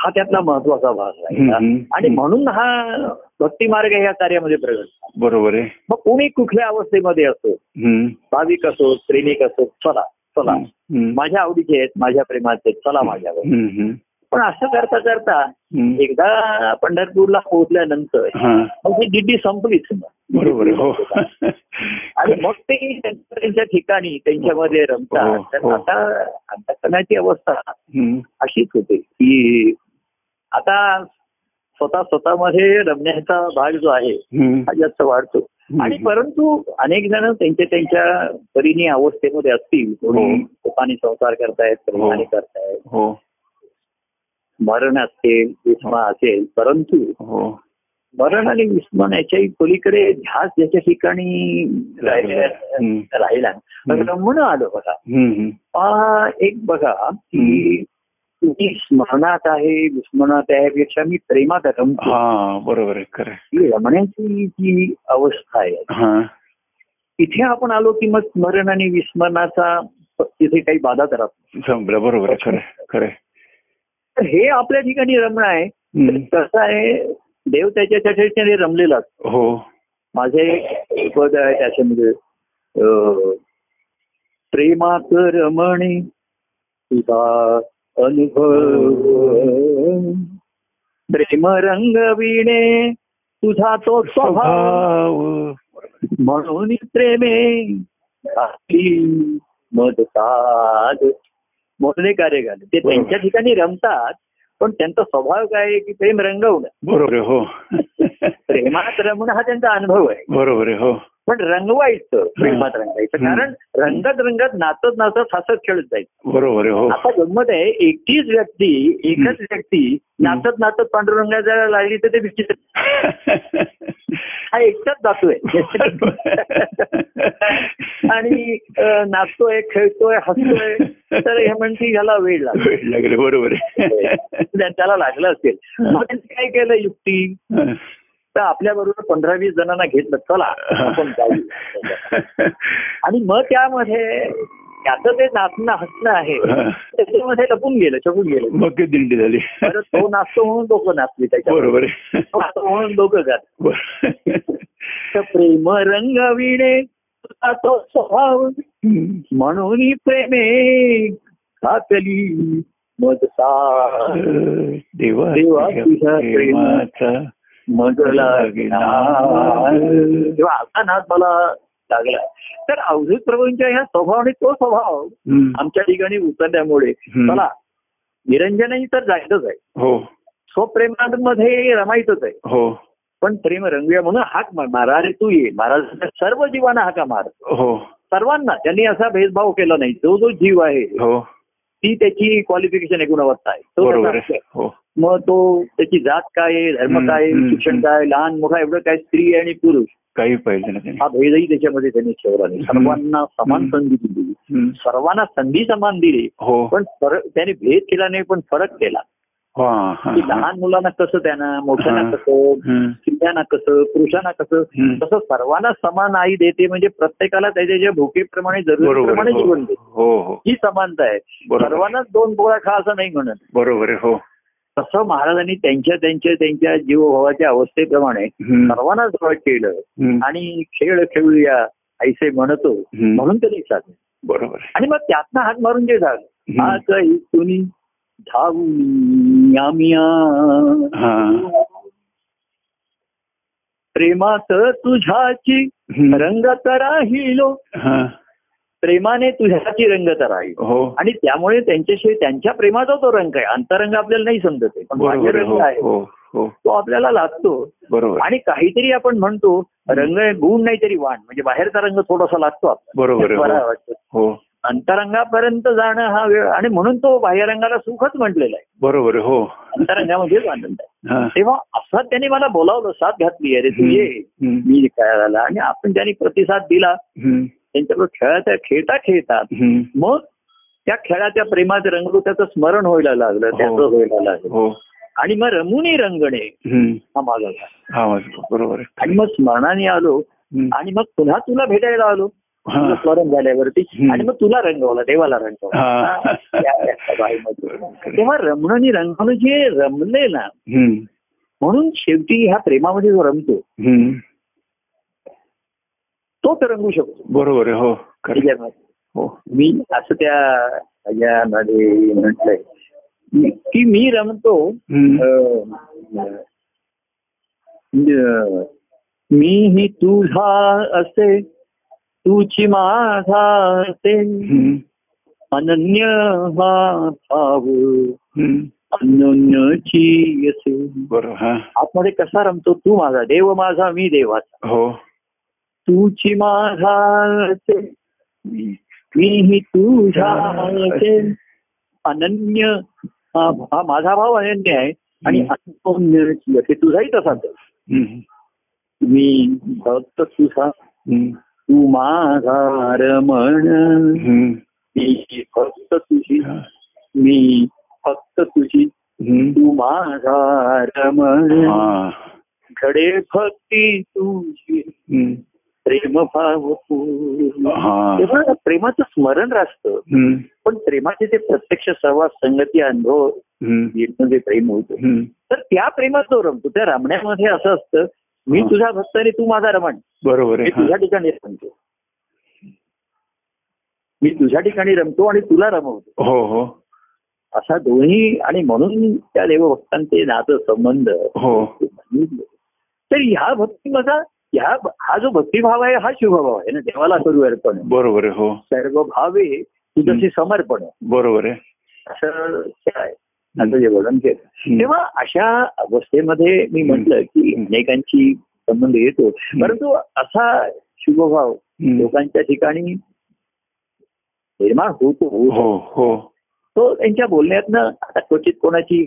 S3: हा त्यातला महत्वाचा भाग
S2: हम्म,
S3: आहे
S2: हम्म.
S3: आणि म्हणून हा भक्तिमार्ग या कार्यामध्ये प्रगट झाला.
S2: बरोबर आहे
S3: मग कोणी कुठल्या अवस्थेमध्ये असो
S2: हम्म,
S3: भाविक असो प्रेमिक असो चला चला
S2: हम्म,
S3: माझ्या आवडीचे आहेत माझ्या प्रेमाचे आहेत, चला माझ्यावर
S2: हम्म, हम्म,
S3: पण असं करता करता
S2: हम्म.
S3: एकदा पंढरपूरला पोहोचल्यानंतर
S2: हा
S3: मग ही दिंडी संपलीच मग
S2: बरोबर आहे हो
S3: आणि मग ते त्यांच्या त्यांच्या ठिकाणी त्यांच्यामध्ये रमतात
S2: हो,
S3: तर
S2: हो.
S3: आता अंतकरणाची अवस्था
S2: हम्म,
S3: अशीच होते की आता स्वतः स्वतःमध्ये रमण्याचा भाग जो आहे हा
S2: हम्म,
S3: जास्त वाढतो आणि परंतु अनेक जण त्यांच्या त्यांच्या परीने अवस्थेमध्ये असतील कोणी
S2: हो.
S3: स्वतःने संसार करतायत प्रेमाने
S2: हो.
S3: करतायत
S2: हो
S3: मरण असेल विस्मा असेल परंतु
S2: हो
S3: मरण आणि विस्मरण याच्याही पलीकडे ध्यास ज्याच्या ठिकाणी
S2: हम्म.
S3: राहिला राहिला
S2: हम्म.
S3: रमण आलं बघा
S2: हम्म, हम्म.
S3: आ, एक बघा की तुम्ही स्मरणात आहे विस्मरणात आहे पेक्षा मी प्रेमात रमतो
S2: हा बरोबर आहे खरं आहे.
S3: ही रमण्याची जी अवस्था आहे
S2: हा
S3: तिथे आपण आलो की मग स्मरण आणि विस्मरणाचा तिथे काही बाधा राहत नाही.
S2: संपलं बरोबर आहे खरं आहे, खरं आहे.
S3: तर हे आपल्या ठिकाणी रमण आहे
S2: हम्म.
S3: कसं आहे देव त्याच्या त्याच्या ठिकाणी रमलेला असतो
S2: हो
S3: माझे एक पद आहे त्याच्यामध्ये अं, प्रेमात रमणी तुझा अनुभव प्रेम रंगविणे तुझा तो स्वभाव
S2: स्वभाव
S3: म्हणून प्रेमे आपली मद साध म्हणून हे कार्य घाले ते
S2: बरोबर.
S3: त्यांच्या ठिकाणी रमतात पण त्यांचा स्वभाव काय आहे की प्रेम रंगवणं
S2: बरोबर आहे, हो
S3: प्रेमात रमणं हा त्यांचा अनुभव आहे
S2: बरोबर आहे हो
S3: पण रंगवायचं प्रेमात रंगायचं कारण रंगत रंगत नाचत नाचत हसत खेळत जायचं
S2: बरोबर आहे हो
S3: आता गंमत आहे एकटीच व्यक्ती एकच व्यक्ती नाचत नाचत पांडुरंगाच्या लागली तर ते विचित्र हा एकटाच जातोय आणि अं, नाचतोय खेळतोय हसतोय तर हे म्हणते ह्याला वेळ लागला
S2: वेड लागले बरोबर आहे
S3: त्याला लागलं असेल मग त्यांनी काय केलं युक्ती तर आपल्या बरोबर पंधरा वीस जणांना घेतलं चला आपण जाऊ आणि मग त्यामध्ये त्याचं ते नाचणं हसणं आहे त्याच्यामध्ये लपून गेलं छपून गेलं
S2: मग ते दिंडी झाली
S3: परत तो नाचतो म्हणून लोक नाचली त्याच्यावर
S2: बरोबर आहे
S3: तो नाचतो म्हणून लोक गात
S2: बरोबर.
S3: तर प्रेम रंगविणे तुझा तो स्वभाव म्हणून प्रेमे घातली मजसा
S2: देवा
S3: देवा तुझ्या
S2: प्रेमाचा
S3: मज लागणार तेव्हा असा नाच मला लागला तर अवधूत प्रभूंच्या ह्या स्वभाव आणि तो स्वभाव
S2: हम्म.
S3: आमच्या ठिकाणी उतरल्यामुळे
S2: हम्म.
S3: चला निरंजनही तर जायचंच आहे
S2: हो
S3: स्वप्रेमांमध्ये रमायचंच आहे
S2: हो
S3: पण प्रेम रंगूया म्हणून हाक मार मारा अरे तू ये महाराज सर्व जीवांना हाका मार
S2: हो
S3: सर्वांना त्यांनी असा भेदभाव केला नाही जो जो जीव आहे
S2: हो
S3: ती त्याची क्वालिफिकेशन आहे गुणवत्ता आहे तो
S2: बरोबर
S3: त्याचा-
S2: आहे हो
S3: मग तो त्याची जात काय आहे धर्म काय आहे,
S2: हम्म, हम्म,
S3: शिक्षण
S2: हम्म.
S3: काय आहे, लहान मोठा एवढं काय स्त्री आणि पुरुष
S2: काही पाहिजे ना त्याने
S3: हा भेदही त्याच्यामध्ये त्यांनी ठेवला नाही
S2: हम्म.
S3: सर्वांना समान
S2: हम्म.
S3: संधी दिली
S2: हम्म.
S3: सर्वांना संधी समान दिली
S2: हो
S3: पण फरक त्याने भेद केला नाही पण फरक केला
S2: हा, हा,
S3: की
S2: हा.
S3: लहान मुलांना कसं त्यांना मोठ्यांना
S2: हा.
S3: कसं
S2: हम्म.
S3: स्त्रियांना कसं पुरुषांना कसं
S2: हम्म.
S3: तसं सर्वांना समान आई देते म्हणजे प्रत्येकाला त्याच्या ज्या भूकेप्रमाणे
S2: बरोबर
S3: जरुरीप्रमाणे
S2: आहे,
S3: जीवन देते
S2: हो हो हो
S3: ही समानता आहे
S2: बरोबर.
S3: सर्वांनाच दोन पोळा खा असं नाही म्हणत
S2: बरोबर आहे हो
S3: तसं महाराजांनी त्यांच्या त्यांच्या त्यांच्या जीवभावाच्या अवस्थेप्रमाणे
S2: हम्म.
S3: सर्वांनाच वाट केलं
S2: हम्म.
S3: आणि खेळ खेळूया ऐसे म्हणतो
S2: हम्म.
S3: म्हणून तरी साधे
S2: बरोबर आहे
S3: आणि मग त्यातनं हात मारून जे झालं
S2: हम्म.
S3: आज इथून धावून आम्या
S2: हा
S3: प्रेमात तुझ्याची
S2: हम्म.
S3: रंगत राहिलो
S2: हा.
S3: प्रेमाने तुझ्याची रंगत राहिलो
S2: हो
S3: आणि त्यामुळे त्यांच्याशी त्यांच्या प्रेमाचा तो रंग आहे अंतरंग आपल्याला नाही समजत आहे पण बाह्य
S2: बरोबर आहे,
S3: रंग आहे
S2: हो हो हो
S3: तो आपल्याला लागतो
S2: बरोबर आहे.
S3: आणि काहीतरी आपण म्हणतो रंग आहे, गुण नाही तरी वाण म्हणजे बाहेरचा रंग थोडासा लागतो आपल्याला.
S2: बरोबर आहे, हो.
S3: बरा वाटतो
S2: हो
S3: अंतरंगापर्यंत जाणं हा वेळ आणि म्हणून तो बाह्यरंगाला सुखच म्हटलेला आहे
S2: बरोबर आहे, हो
S3: अंतरंगामध्येच आनंद आहे
S2: हा.
S3: तेव्हा असं त्यांनी मला बोलावलं साथ घातली अरे तू ये
S2: हम्म.
S3: मी खेळायला आणि आपण त्यांनी प्रतिसाद दिला
S2: हम्म.
S3: त्यांच्याबरोबर खेळायचा खेळता खेळतात
S2: हम्म.
S3: मग त्या खेळाच्या प्रेमात रंगलो त्याचं स्मरण व्हायला लागलं
S2: हो.
S3: त्याचं व्हायला लागलं
S2: हो
S3: आणि मग रमूनही रंगणे
S2: हम्म.
S3: हा माझा झाला.
S2: हा वाजतो. बरोबर आहे
S3: आणि मग स्मरणाने आलो
S2: हम्म.
S3: आणि मग पुन्हा तुला भेटायला आलो
S2: हा.
S3: तुझं स्मरण झाल्यावरती
S2: हम्म.
S3: आणि मग तुला रंगवला देवाला रंगवला
S2: हा.
S3: त्या- त्या बाईमध्ये. तेव्हा रमणाने रंगवलं जे रमले ना
S2: हम्म.
S3: म्हणून शेवटी ह्या प्रेमामध्ये जो रमतो
S2: हम्म.
S3: तोच रंगू शकतो
S2: बरोबर आहे हो खरं आहे.
S3: त्याच्यामध्ये.
S2: हो
S3: मी असं त्या यामध्ये म्हटलंय की मी रमतो म्हणजे,
S2: हम्म.
S3: अं, अं, मीही तुझा असे तुझी माझा असे
S2: हम्म.
S3: अनन्य हा भाव
S2: हम्म.
S3: अनन्यची असे
S2: बरोबर हा
S3: आतमध्ये कसा रमतो तू माझा देव माझा मी देवाचा
S2: हो
S3: तुझी माझा असे मीही तुझा असे अनन्य हा हा माझा भाव अनन्य आहे आणि अनन्यची असे तुझाही तसाच आहे.
S2: हम्म.
S3: मी भक्त तुझा
S2: हम्म.
S3: तू माझा रमण
S2: हम्म.
S3: मी भक्त तुझी
S2: हा.
S3: मी भक्त तुझी
S2: हम्म.
S3: तू माझा रमण
S2: हा.
S3: घडे भक्ती तुझी
S2: हम्म.
S3: प्रेम भाव
S2: हा.
S3: तेव्हा प्रेमाचं स्मरण राहतं
S2: हम्म.
S3: पण प्रेमाचे ते प्रत्यक्ष सहवास संगती अनुभव
S2: हम्म.
S3: जे प्रेम होतं
S2: हम्म.
S3: तर त्या प्रेमात तो रमतो त्या रमण्यामध्ये असं असतं मी तुझा भक्त आणि तू माझा रमण
S2: बरोबर
S3: मी
S2: आहे
S3: तुझ्या
S2: हा.
S3: ठिकाणी रमतो मी तुझ्या ठिकाणी रमतो आणि तुला रमवतो
S2: हो हो
S3: असा दोन्ही आणि म्हणून त्या देवभक्तांचे नातं संबंध
S2: हो
S3: सांगितलं. तर ह्या भक्तीमध्ये ह्या हा जो भक्तिभाव आहे हा शिवभाव आहे ना देवाला करू अर्पण
S2: बरोबर आहे हो
S3: सर्व भावे तुझं समर्पण
S2: बरोबर आहे
S3: असं ते आहे. असं जे वर्णन केलं
S2: हम्म.
S3: तेव्हा अशा अवस्थेमध्ये मी म्हटलं की अनेकांची संबंध येतो परंतु असा शुभभाव
S2: हम्म.
S3: लोकांच्या ठिकाणी निर्माण होतो
S2: हो हो
S3: तो त्यांच्या बोलण्यातनं आता क्वचित कोणाची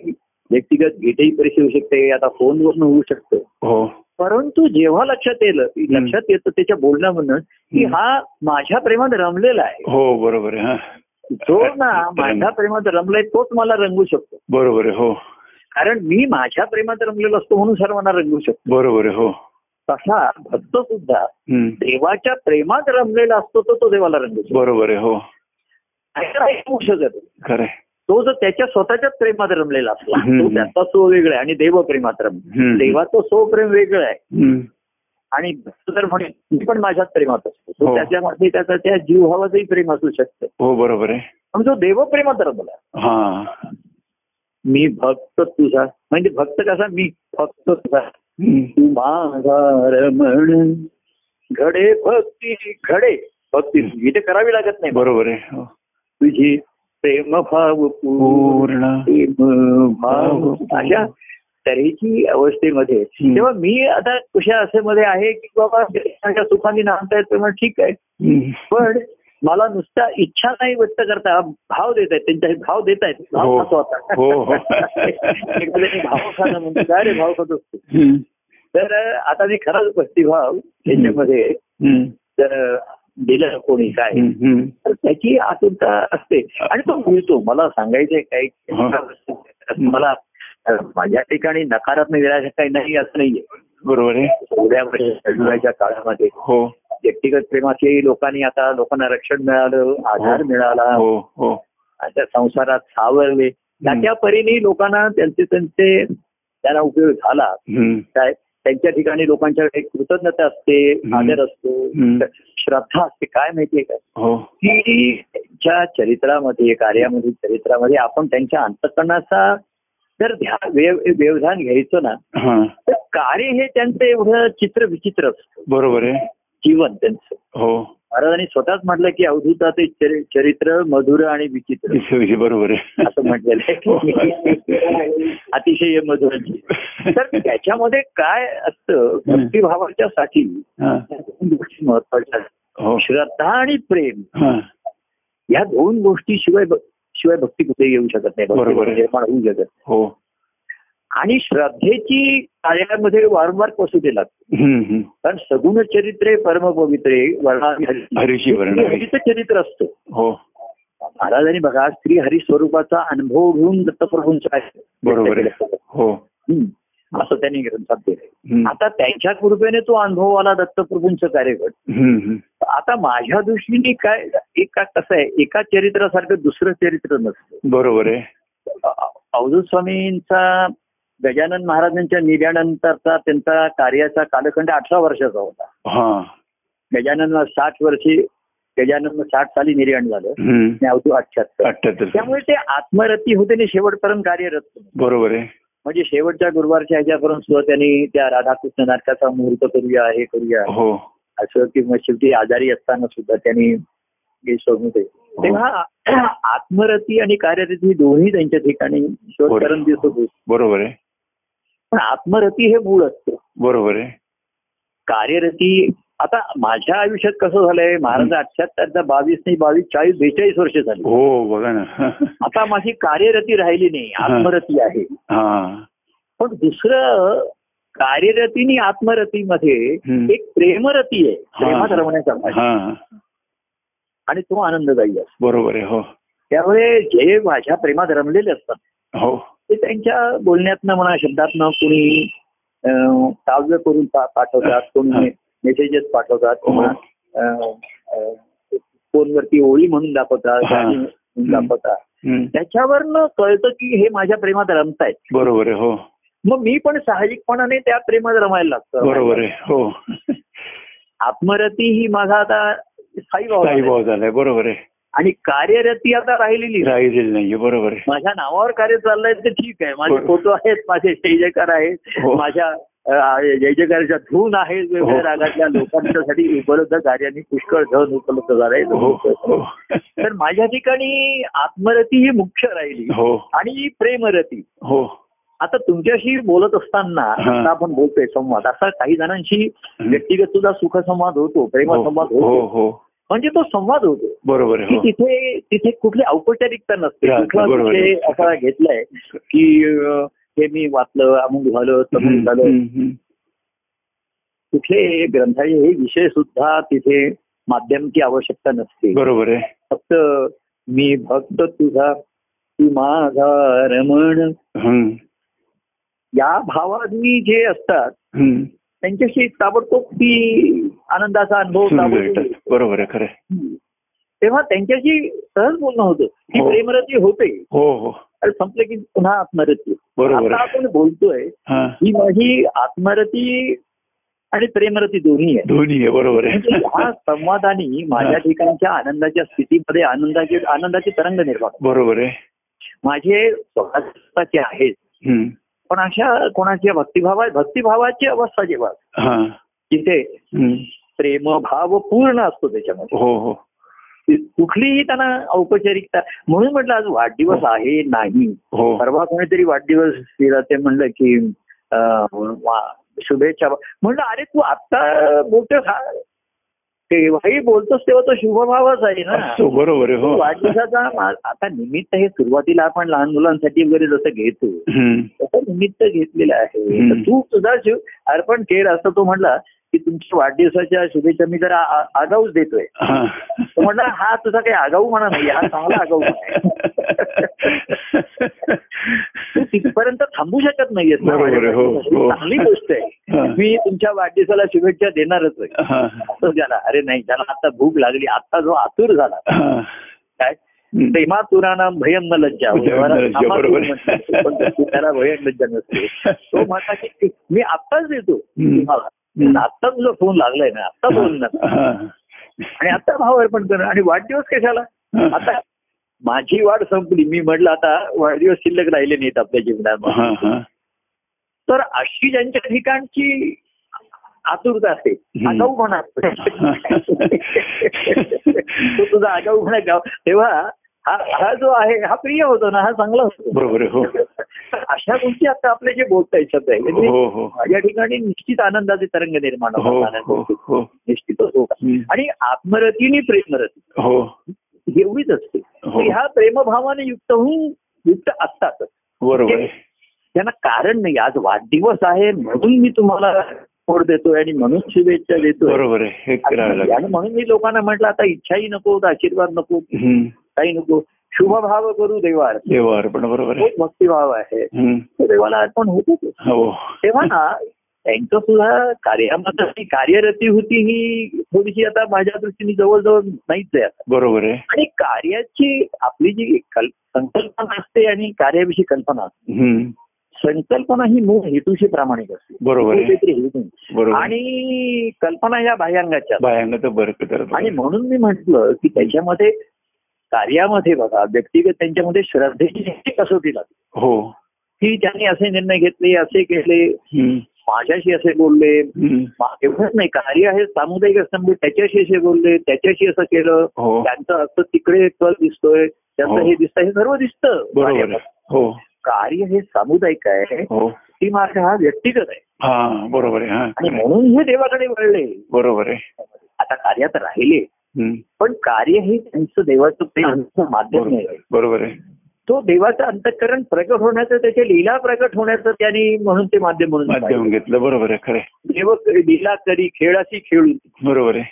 S3: व्यक्तिगत भेटही परीक्षा होऊ शकते आता फोनवरनं होऊ शकतं
S2: हो
S3: परंतु जेव्हा लक्षात येलं लक्षात येतं त्याच्या बोलण्यामधून की
S2: हम्म.
S3: हा माझ्या प्रेमात रमलेला आहे
S2: हो बरोबर आहे हा
S3: जो ना माझ्या प्रेमात रमलाय तोच मला रंगू शकतो
S2: बरोबर आहे हो
S3: कारण मी माझ्या प्रेमात रमलेलो असतो म्हणून सर्वांना रंगू शकतो
S2: बरोबर आहे हो
S3: तसा भक्त सुद्धा
S2: हम्म.
S3: देवाच्या प्रेमात रमलेला असतो तो तो देवाला रंगू शकतो
S2: बरोबर आहे हो
S3: असं नाही होऊ शकत
S2: खरं आहे.
S3: तो जर त्याच्या स्वतःच्याच प्रेमात रमलेला असला
S2: हम्म.
S3: तो त्याचा सो वेगळा आहे आणि देव प्रेमात रम
S2: हम्म.
S3: देवाचं सो प्रेम वेगळं आहे
S2: हम्म.
S3: आणि भक्त तर म्हणेल मी पण माझ्याच प्रेमात असतो
S2: हो.
S3: तो त्याच्यामध्ये त्याचा त्या जीवभावाचंही प्रेम असू शकतं
S2: हो बरोबर आहे
S3: पण जो देवप्रेमात रमला
S2: हा
S3: मी भक्त तुझा म्हणजे भक्त कसा मी भक्त तुझा
S2: हम्म.
S3: तू माझा रमण घडे भक्ती घडे भक्ती तुझी ते करावी लागत नाही
S2: बरोबर आहे हो.
S3: तुझी प्रेम भाव पूर्ण
S2: पूर्ण
S3: प्रेम भाव अशा तऱ्हेची अवस्थेमध्ये
S2: हम्म.
S3: तेव्हा मी आता कुशा असेमध्ये आहे की बाबा माझ्या सुखाने नांदता येत तेव्हा ठीक आहे
S2: हम्म.
S3: पण मला नुसता इच्छा नाही व्यक्त करता भाव देत आहेत त्यांच्या भाव देत आहेत भाव
S2: हो.
S3: खातो आता
S2: हो, हो.
S3: एखाद्याने भाव खाणं म्हणजे काय रे भाव खात असतो
S2: हम्म.
S3: तर आता मी खराच भक्तिभाव त्याच्यामध्ये
S2: हम्म.
S3: जर दिलं कोणी काय
S2: हम्म. हम्म.
S3: तर त्याची आतुरता असते आणि तो मिळतो मला सांगायचंय काय की मला अ, माझ्या ठिकाणी नकारात्मक विराश काही नाही असं नाहीये
S2: बरोबर आहे
S3: एवढ्या वर्षाच्या काळामध्ये
S2: हो
S3: व्यक्तिगत प्रेमाचे लोकांनी आता लोकांना रक्षण मिळालं आधार
S2: हो.
S3: मिळाला
S2: हो हो
S3: त्या संसारात सावरले त्या त्या परीने लोकांना त्यांचे त्यांचे त्यांना उपयोग झाला
S2: हम्म.
S3: काय त्यांच्या ठिकाणी लोकांच्या एक कृतज्ञता असते आदर असतो
S2: हम्म.
S3: श्रद्धा असते काय माहितीये का
S2: हो
S3: की त्यांच्या चरित्रामध्ये कार्यामध्ये चरित्रामध्ये आपण त्यांच्या अंतकरणाचा जर ध्या- व्यव- व्यवधान घ्यायचं ना
S2: हा
S3: तर कार्य हे त्यांचं एवढं चित्र विचित्र असतं
S2: बरोबर आहे
S3: जीवन त्यांचं
S2: हो
S3: महाराजांनी स्वतःच म्हटलं की अवधूता ते चरि- चरित्र मधुर आणि विचित्र
S2: विषय बरोबर आहे हो.
S3: असं म्हटलेलं आहे अतिशय मधुर तर त्याच्यामध्ये काय असतं भक्तिभावाच्या साठी
S2: हा.
S3: दोन गोष्टी महत्वाच्या आहेत.
S2: हो
S3: श्रद्धा आणि प्रेम
S2: हा
S3: या दोन गोष्टी शिवाय भ- शिवाय भक्ती कुठे येऊ शकत नाही भक्ती
S2: बरोबर आहे.
S3: निर्माण होऊ शकत नाही.
S2: हो
S3: आणि श्रद्धेची कार्यामध्ये वारंवार पसुते लागते
S2: हम्म. हम्म.
S3: कारण सगुण चरित्रे परम पवित्रे
S2: हरीची वर्णा आहे.
S3: हरीचं चरित्र असतं
S2: हो
S3: महाराजांनी बघा श्री हरी स्वरूपाचा अनुभव घेऊन दत्तप्रभूंचा
S2: बरोबर आहे हो
S3: असं त्यांनी ग्रंथात केलंय
S2: हम्म.
S3: आता त्यांच्या कृपेने तो अनुभव आला दत्तप्रभूंचं कार्यगट
S2: हम्म. हम्म.
S3: आता माझ्या दृष्टीने काय एका कसं आहे एका चरित्रासारखं दुसरं चरित्र नसतं
S2: बरोबर आहे
S3: अ- अवधूत स्वामींचा गजानन महाराजांच्या निर्यानंतरचा त्यांचा कार्याचा कालखंड अठरा वर्षाचा होता
S2: हा
S3: गजानन साठ वर्षी गजानन साठ साली निर्याण झालं
S2: हम्म.
S3: आणि अवधूत अठ्याहत्तर
S2: अठ्ठ्याहत्तर
S3: त्यामुळे ते आत्मरती होते आणि शेवटपर्यंत कार्यरत होते.
S2: बरोबर आहे
S3: म्हणजे शेवटच्या गुरुवारच्या ह्याच्यापर्यंत सुद्धा त्यांनी त्या राधाकृष्ण नाटकाचा मुहूर्त करूया हे करूया
S2: हो
S3: असं किंवा शेवटी आजारी असताना सुद्धा त्यांनी हे सोडून ते तेव्हा आत्मरती आणि कार्यरती ही दोन्ही त्यांच्या ठिकाणी शोधकरण दिसत होते
S2: बरोबर आहे
S3: पण आत्मरती हे मूळ असतं
S2: बरोबर आहे
S3: कार्यरती आता माझ्या आयुष्यात कसं झालंय महाराज अठ्याहत्तरचा बावीस नाही बावीस चाळीस बेचाळीस वर्ष झाली
S2: हो बघा ना
S3: आता माझी कार्यरती राहिली नाही आत्मरती आहे
S2: हा
S3: पण दुसरं कार्यरतीनी आत्मरतीमध्ये
S2: हं.
S3: एक प्रेमरती आहे प्रेमात
S2: हा.
S3: रमण्याचा भाग.
S2: हा
S3: आणि तो आनंददायी असतो
S2: बरोबर आहे हो
S3: त्यामुळे जे माझ्या प्रेमात रमलेले असतात
S2: हो
S3: ते त्यांच्या बोलण्यातनं म्हणा शब्दातनं कोणी अं, काव्य करून पा- पाठवतात कोणी मेसेजेस पाठवतात किंवा
S2: हो.
S3: अं, अं, फोनवरती ओळी म्हणून दाखवतात
S2: हा.
S3: गाणी म्हणून
S2: हं.
S3: दाखवतात
S2: हम्म.
S3: त्याच्यावरनं कळतं की हे माझ्या प्रेमात रमतायत
S2: बरोबर आहे हो
S3: मग मी पण साहजिकपणाने त्या प्रेमात रमायला लागतो
S2: बरोबर आहे हो
S3: आत्मरती ही माझा आता साईभाव
S2: साईभाव झालाय बरोबर आहे
S3: आणि कार्यरत ती आता राहिलेली नाही.
S2: राहिलेलं नाहीये बरोबर आहे.
S3: माझ्या नावावर कार्य चाललंय ते ठीक आहे माझे
S2: हो.
S3: फोटो आहेत माझे जयजयकार आहेत
S2: हो.
S3: माझ्या अं, जयजयकाराच्या धून आहेत वेगवेगळ्या
S2: हो.
S3: रागातल्या लोकांच्यासाठी उपलब्ध कार्याने पुष्कळ धन उपलब्ध
S2: हो
S3: झालंय
S2: हो
S3: तर माझ्या ठिकाणी आत्मरती ही मुख्य राहिली
S2: हो
S3: आणि प्रेमरती
S2: हो
S3: आता तुमच्याशी बोलत असताना
S2: हा.
S3: आता आपण बोलतोय संवाद असा काही जणांशी
S2: हम्म.
S3: व्यक्तिगत सुद्धा सुखसंवाद होतो प्रेमसंवाद
S2: हो
S3: होतो
S2: हो
S3: म्हणजे तो संवाद होतो
S2: बरोबर
S3: की
S2: आहे हो.
S3: तिथे तिथे कुठली औपचारिकता नसते
S2: हा,
S3: कुठला
S2: बरोबर आहे.
S3: तिथे असा घेतलाय की अं, हे मी वाचलं अमुक झालं तमुक
S2: हम्म,
S3: झालं
S2: हम्म, हम्म.
S3: कुठले ग्रंथाचे हे विषय सुद्धा तिथे माध्यमची आवश्यकता नसते
S2: बरोबर आहे
S3: फक्त मी भक्त तुझा तू माझा रमण
S2: हम्म,
S3: या भावांनी जे असतात
S2: हम्म.
S3: त्यांच्याशी ताबडतोब ती आनंदाचा अनुभव
S2: सुंदर
S3: ताबडतोब
S2: आहे. बरोबर आहे खरं आहे.
S3: येतो. तेव्हा त्यांच्याशी सहज बोलणं होतं ही
S2: हो.
S3: प्रेमरती होते
S2: हो हो
S3: आणि संपले की पुन्हा आत्मरती
S2: बरोबर
S3: आता
S2: आहे
S3: आपण बोलतोय
S2: हा
S3: ही माझी आत्मरती आणि प्रेमरती दोन्ही आहे
S2: दोन्ही आहे बरोबर
S3: म्हणजे
S2: आहे
S3: ह्या संवादाने माझ्या ठिकाणच्या आनंदाच्या स्थितीमध्ये आनंदाचे आनंदाचे तरंग निर्माण होतात.
S2: बरोबर आहे
S3: माझे स्वतःचे आहेत
S2: हम्म.
S3: पण अशा कोणाच्या भक्तिभावा भक्तिभावाची अवस्था जेव्हा
S2: हा
S3: जिथे
S2: हम्म.
S3: प्रेमभाव पूर्ण असतो त्याच्यामध्ये
S2: हो हो
S3: कुठलीही त्यांना औपचारिकता म्हणून म्हटलं आज वाढदिवस आहे नाही
S2: हो
S3: परवा कोणीतरी वाढदिवस दिला ते म्हणलं की अं, वा- शुभेच्छा म्हणलं अरे तू आता बोलतो तेव्हाही बोलतोस तेव्हा तो शुभभावच आहे ना
S2: असो, बरोबर आहे हो
S3: वाढदिवसाचा मा- आता निमित्त हे सुरुवातीला आपण लहान मुलांसाठी वगैरे जसं घेतो
S2: हम्म.
S3: तसं निमित्त घेतलेलं आहे
S2: हम्म.
S3: तर तू सुद्धा शिव अर्पण केलं असं तो म्हणला की तुमच्या वाढदिवसाच्या शुभेच्छा मी जरा आ- आ- आगाऊच देतोय
S2: हा.
S3: तो म्हणला हा तुझा काही आगाऊ म्हणा नाही हा चांगला आगाऊ आहे तू तिथपर्यंत थांबू शकत नाहीयेस ना
S2: बरोबर आहे, हो,
S3: माझ्याकडे.
S2: हो.
S3: चांगली गोष्ट
S2: हा.
S3: आहे मी तुमच्या वाढदिवसाला शुभेच्छा देणारच आहे
S2: हा.
S3: असं झाला अरे नाही त्याला आता भूक लागली आता जो आतुर झाला
S2: हा.
S3: काय
S2: हम्म.
S3: प्रेमा तुराना भयम न लज्जा
S2: भयम न
S3: व्यवहारात
S2: लज्जा,
S3: कामातूर
S2: बरोबर.
S3: म्हणतात. पण तशी त्याला भयम लज्जा नसते तो म्हणता की ती- मी आत्ताच देतो
S2: हम्म.
S3: तुम्हाला
S2: हम्म.
S3: पण आत्ता तुझा फोन लागलाय ना आत्ता बोलणार
S2: हा.
S3: आणि आता भाव अर्पण करणं आणि वाढदिवस कशाला आता माझी वाढ संपली मी म्हटलं आता वाढदिवस शिल्लक राहिले नाहीत आपल्या जीवनात
S2: हा, हा.
S3: तर अशी ज्यांच्या ठिकाणची आतुरता असते
S2: हम्म.
S3: आगाऊ म्हणा तो तुझा आगाऊ म्हणा गाव तेव्हा हा हा जो आहे हा प्रिय होतो ना हा चांगला होतो
S2: बरोबर आहे हो
S3: तर अशा गोष्टी आता आपल्या जे बोलता येतात आहे म्हणजे
S2: हो हो
S3: माझ्या ठिकाणी निश्चित आनंदाचे तरंग निर्माण
S2: हो
S3: होतात
S2: हो
S3: आनंदाचे.
S2: हो
S3: निश्चितच होतात
S2: हम्म.
S3: आणि आत्मरती आणि प्रेमरती
S2: हो
S3: एवढीच असते
S2: हो.
S3: तर ह्या प्रेमभावाने युक्त होऊन युक्त असतात
S2: बरोबर आहे
S3: त्यांना कारण नाही आज वाढदिवस आहे म्हणून मी तुम्हाला फोड देतोय आणि म्हणून शुभेच्छा देतोय
S2: बरोबर आहे हे करावं लागेल
S3: आणि म्हणून मी लोकांना म्हटलं आता इच्छाही नको आशीर्वाद नको
S2: हम्म.
S3: काही नको शुभभाव करू देवार
S2: देवा अर्पण बरोबर आहे
S3: खूप भक्तिभाव आहे
S2: हम्म.
S3: तो देवाला अर्पण होतो
S2: हो
S3: तेव्हा ना त्यांचं सुद्धा कार्यामध्ये जी कार्यरती होती ही थोडीशी आता माझ्या दृष्टीने जवळजवळ नाहीच आहे आता.
S2: बरोबर आहे
S3: आणि कार्याची आपली जी कल- संकल्पना असते आणि कार्याविषयी कल्पना असते
S2: हम्म.
S3: संकल्पना ही मूळ हेतूशी प्रामाणिक असते
S2: बरोबर आहे
S3: कुठेतरी हेतू.
S2: बरोबर आहे.
S3: आणि कल्पना या बाह्यांगाच्या असतात.
S2: बायांना तर बरं करत
S3: आणि म्हणून मी म्हंटल की त्याच्यामध्ये कार्यामध्ये बघा व्यक्तिगत त्यांच्यामध्ये श्रद्धेची नेहमी कसोटी लागते
S2: हो
S3: की त्यांनी असे निर्णय घेतले असे केले
S2: हम्म.
S3: माझ्याशी असे बोलले
S2: हम्म.
S3: मा- एवढंच नाही कार्य हे सामुदायिक असल्यामुळे त्याच्याशी असे बोलले त्याच्याशी असं केलं
S2: हो
S3: त्यांचं असं तिकडे कल दिसतोय
S2: हो.
S3: त्यांचं हे दिसतंय हे सर्व दिसतं
S2: बरोबर आहे हो
S3: कार्य हे सामुदायिक आहे
S2: हो
S3: ती मार्ग हा व्यक्तिगत आहे
S2: हा बरोबर आहे हा
S3: आणि
S2: खरं आहे.
S3: म्हणून हे देवाकडे वळले
S2: बरोबर आहे
S3: आता कार्यात राहिले
S2: हम्म.
S3: पण कार्य हे त्यांचं देवाचं प्रेम त्यांचं माध्यम आहे
S2: बरोबर आहे
S3: तो देवाचं अंतःकरण प्रकट होण्याचं त्याच्या लीला प्रकट होण्याचं त्यांनी म्हणून ते माध्यम म्हणून
S2: माध्यम
S3: पाहिलं.
S2: घेतलं बरोबर आहे खरे
S3: देव क- लीला करी खेळाशी खेळून
S2: बरोबर आहे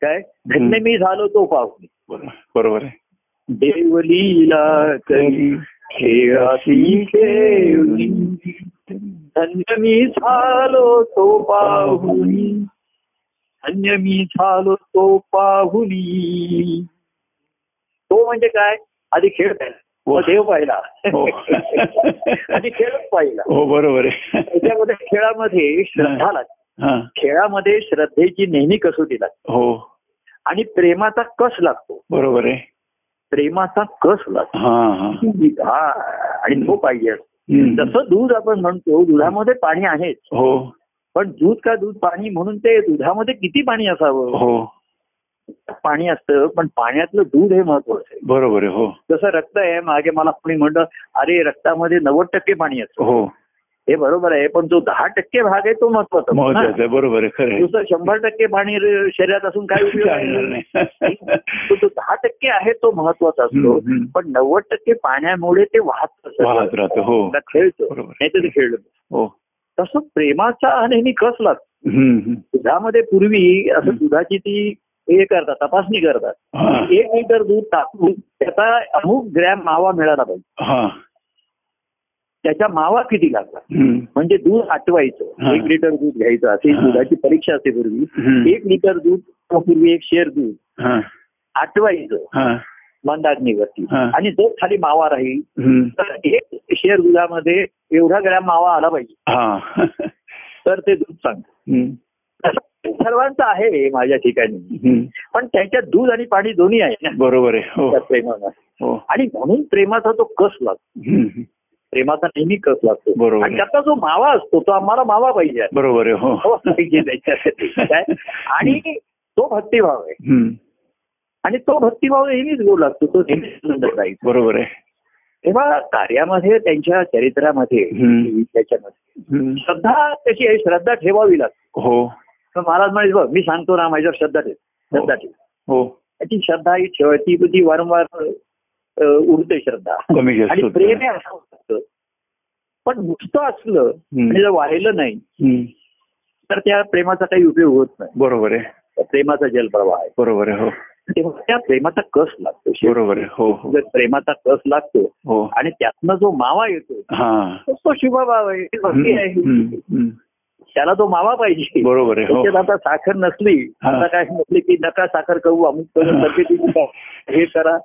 S3: काय धन्य
S2: हम्म.
S3: मी झालो तो पाहून
S2: बरोबर- बरोबर आहे
S3: देव लीला करी खेळाशी खेळून धन्य मी झालो तो पाहुनी धन्य मी झालो तो पाहुनी तो म्हणजे काय आधी खेळ पाहिला मग देव पाहिला
S2: हो.
S3: आधी खेळच पाहिला
S2: हो बरोबर आहे
S3: त्याच्यामध्ये खेळामध्ये श्रद्धा लागते
S2: हा
S3: खेळामध्ये श्रद्धेची नेहमी कसोटी लागते
S2: हो
S3: आणि प्रेमाचा कस लागतो
S2: बरोबर आहे
S3: प्रेमाचा कस लागतो
S2: हा हा
S3: हा आणि तो पाहिजे
S2: हम्म.
S3: जसं दूध आपण म्हणतो दुधामध्ये पाणी आहेच
S2: हो
S3: पण दूध का दूध पाणी म्हणून ते दुधामध्ये किती पाणी असावं
S2: हो
S3: पाणी असतं पण पाण्यातलं दूध हे महत्वाचं आहे
S2: बरोबर आहे हो
S3: जसं रक्त आहे मागे मला कोणी म्हणलं अरे रक्तामध्ये नव्वद टक्के पाणी असतं
S2: हो
S3: हे बरोबर आहे पण जो दहा टक्के भाग आहे तो महत्वाचा
S2: महत्वाचं आहे बरोबर आहे खरं आहे.
S3: दुसरं शंभर टक्के पाणी र- शरीरात असून काय उपयोग
S2: चालणार
S3: आहे?
S2: नाही.
S3: तो जो दहा टक्के आहे तो महत्वाचा असतो
S2: हम्म, हम्म.
S3: पण नव्वद टक्के पाण्यामुळे ते वाहत असतं.
S2: वाहत राहतं, हो.
S3: त्याला खेळतो
S2: बरोबर.
S3: नाही तर खेळलं
S2: हो
S3: तसं प्रेमाचा हा नेहमी कस लागतो
S2: हम्म, हम्म.
S3: दुधामध्ये पूर्वी असं दुधाची ती हे करतात तपासणी करतात
S2: हा,
S3: एक लिटर दूध टाकून त्याचा अमुक ग्रॅम मावा मिळाला पाहिजे
S2: हा.
S3: त्याच्या मावा किती लागला
S2: हम्म,
S3: म्हणजे दूध आटवायचं
S2: हा.
S3: एक लिटर दूध घ्यायचं अशी
S2: हा.
S3: दुधाची परीक्षा असते
S2: हम्म.
S3: पूर्वी एक लिटर दूध पूर्वी एक शेर दूध
S2: हा,
S3: आटवायचं
S2: हा,
S3: मंदाग्नीवरती
S2: हा.
S3: आणि जर खाली मावा राहील
S2: हम्म.
S3: तर एक शेर दुधामध्ये एवढा ग्रॅम मावा आला पाहिजे
S2: हा.
S3: तर ते दूध चांगलं
S2: हम्म,
S3: तसं सर्वांचं आहे माझ्या ठिकाणी
S2: हम्म.
S3: पण त्यांच्यात दूध आणि पाणी दोन्ही आहे ना
S2: बरोबर आहे हो
S3: त्या प्रेमाला
S2: हो
S3: आणि म्हणून प्रेमाचा तो कस लागतो
S2: हम्म, हम्म.
S3: प्रेमाचा नेहमी कस लागतो
S2: बरोबर.
S3: आणि त्याचा जो मावा असतो तो आम्हाला मावा पाहिजे
S2: बरोबर आहे हो
S3: हो, पाहिजे त्याच्यासाठी काय? आणि तो भक्तिभाव आहे
S2: हम्म,
S3: आणि तो भक्तिभाव नेहमीच गोड लागतो तो नेहमीच सुंदर राहील
S2: बरोबर आहे
S3: तेव्हा कार्यामध्ये त्यांच्या चरित्रामध्ये
S2: हम्म.
S3: त्याच्यामध्ये
S2: हम्म.
S3: श्रद्धा कशी आहे श्रद्धा ठेवावी लागते
S2: हो
S3: तर महाराज म्हणजे बघ मी सांगतो ना माझ्यावर श्रद्धा ठेव श्रद्धा ठेव
S2: हो
S3: त्याची श्रद्धा ही ठेवायची ती- ती वारंवार अ, उडते श्रद्धा
S2: कमी जास्त
S3: आणि
S2: होतं.
S3: प्रेम हे असं असतं पण नुसतं असलं
S2: हम्म.
S3: आणि जर वाहिलं नाही
S2: हम्म,
S3: तर त्या प्रेमाचा काही उपयोग होत नाही
S2: बरोबर आहे
S3: त्या प्रेमाचा जलप्रवाह आहे
S2: बरोबर आहे हो
S3: तेव्हा त्या प्रेमाचा कस लागतो
S2: बरोबर आहे हो हो
S3: जर प्रेमाचा कस लागतो
S2: हो
S3: आणि त्यातनं जो मावा येतो
S2: हा
S3: तो- तो शुभभाव आहे ती भक्ती
S2: हम्म, हम्म,
S3: आहे
S2: हम्म.
S3: त्याला तो मावा पाहिजे
S2: बरोबर आहे
S3: त्याच्यात
S2: हो
S3: आता साखर नसली
S2: हा.
S3: आता काय म्हटले की नका साखर करू अमुक करू तब्येतीची काय, हे करा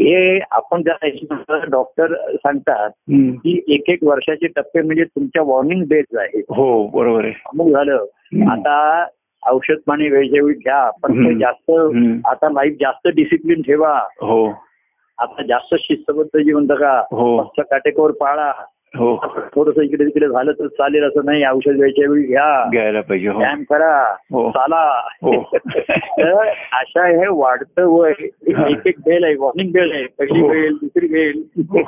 S3: हे आपण ज्या डॉक्टर सांगतात
S2: हम्म.
S3: की एक एक वर्षाचे टप्पे म्हणजे तुमच्या वॉर्निंग डेज आहेत
S2: हो बरोबर आहे
S3: अमुक झालं
S2: हम्म.
S3: आता औषध पाणी वेळच्या वेळी घ्या पण ते
S2: हम्म.
S3: जास्त
S2: हम्म.
S3: आता लाईफ जास्त डिसिप्लिन ठेवा
S2: हो
S3: आता जास्त शिस्तबद्ध जीवन जगा
S2: हो.
S3: मस्त काटेकोर पाळा
S2: हो
S3: थोडस इकडे तिकडे झालं तर चालेल असं नाही औषध वेळच्या वेळी घ्या
S2: घ्यायला पाहिजे हो
S3: व्यायाम करा
S2: हो.
S3: चाला
S2: हो.
S3: तर अशा हे वाढतं वय
S2: हा.
S3: एक एक बेल आहे वॉर्निंग बेल आहे पहिली
S2: हो.
S3: बेल दुसरी बेल
S2: हो.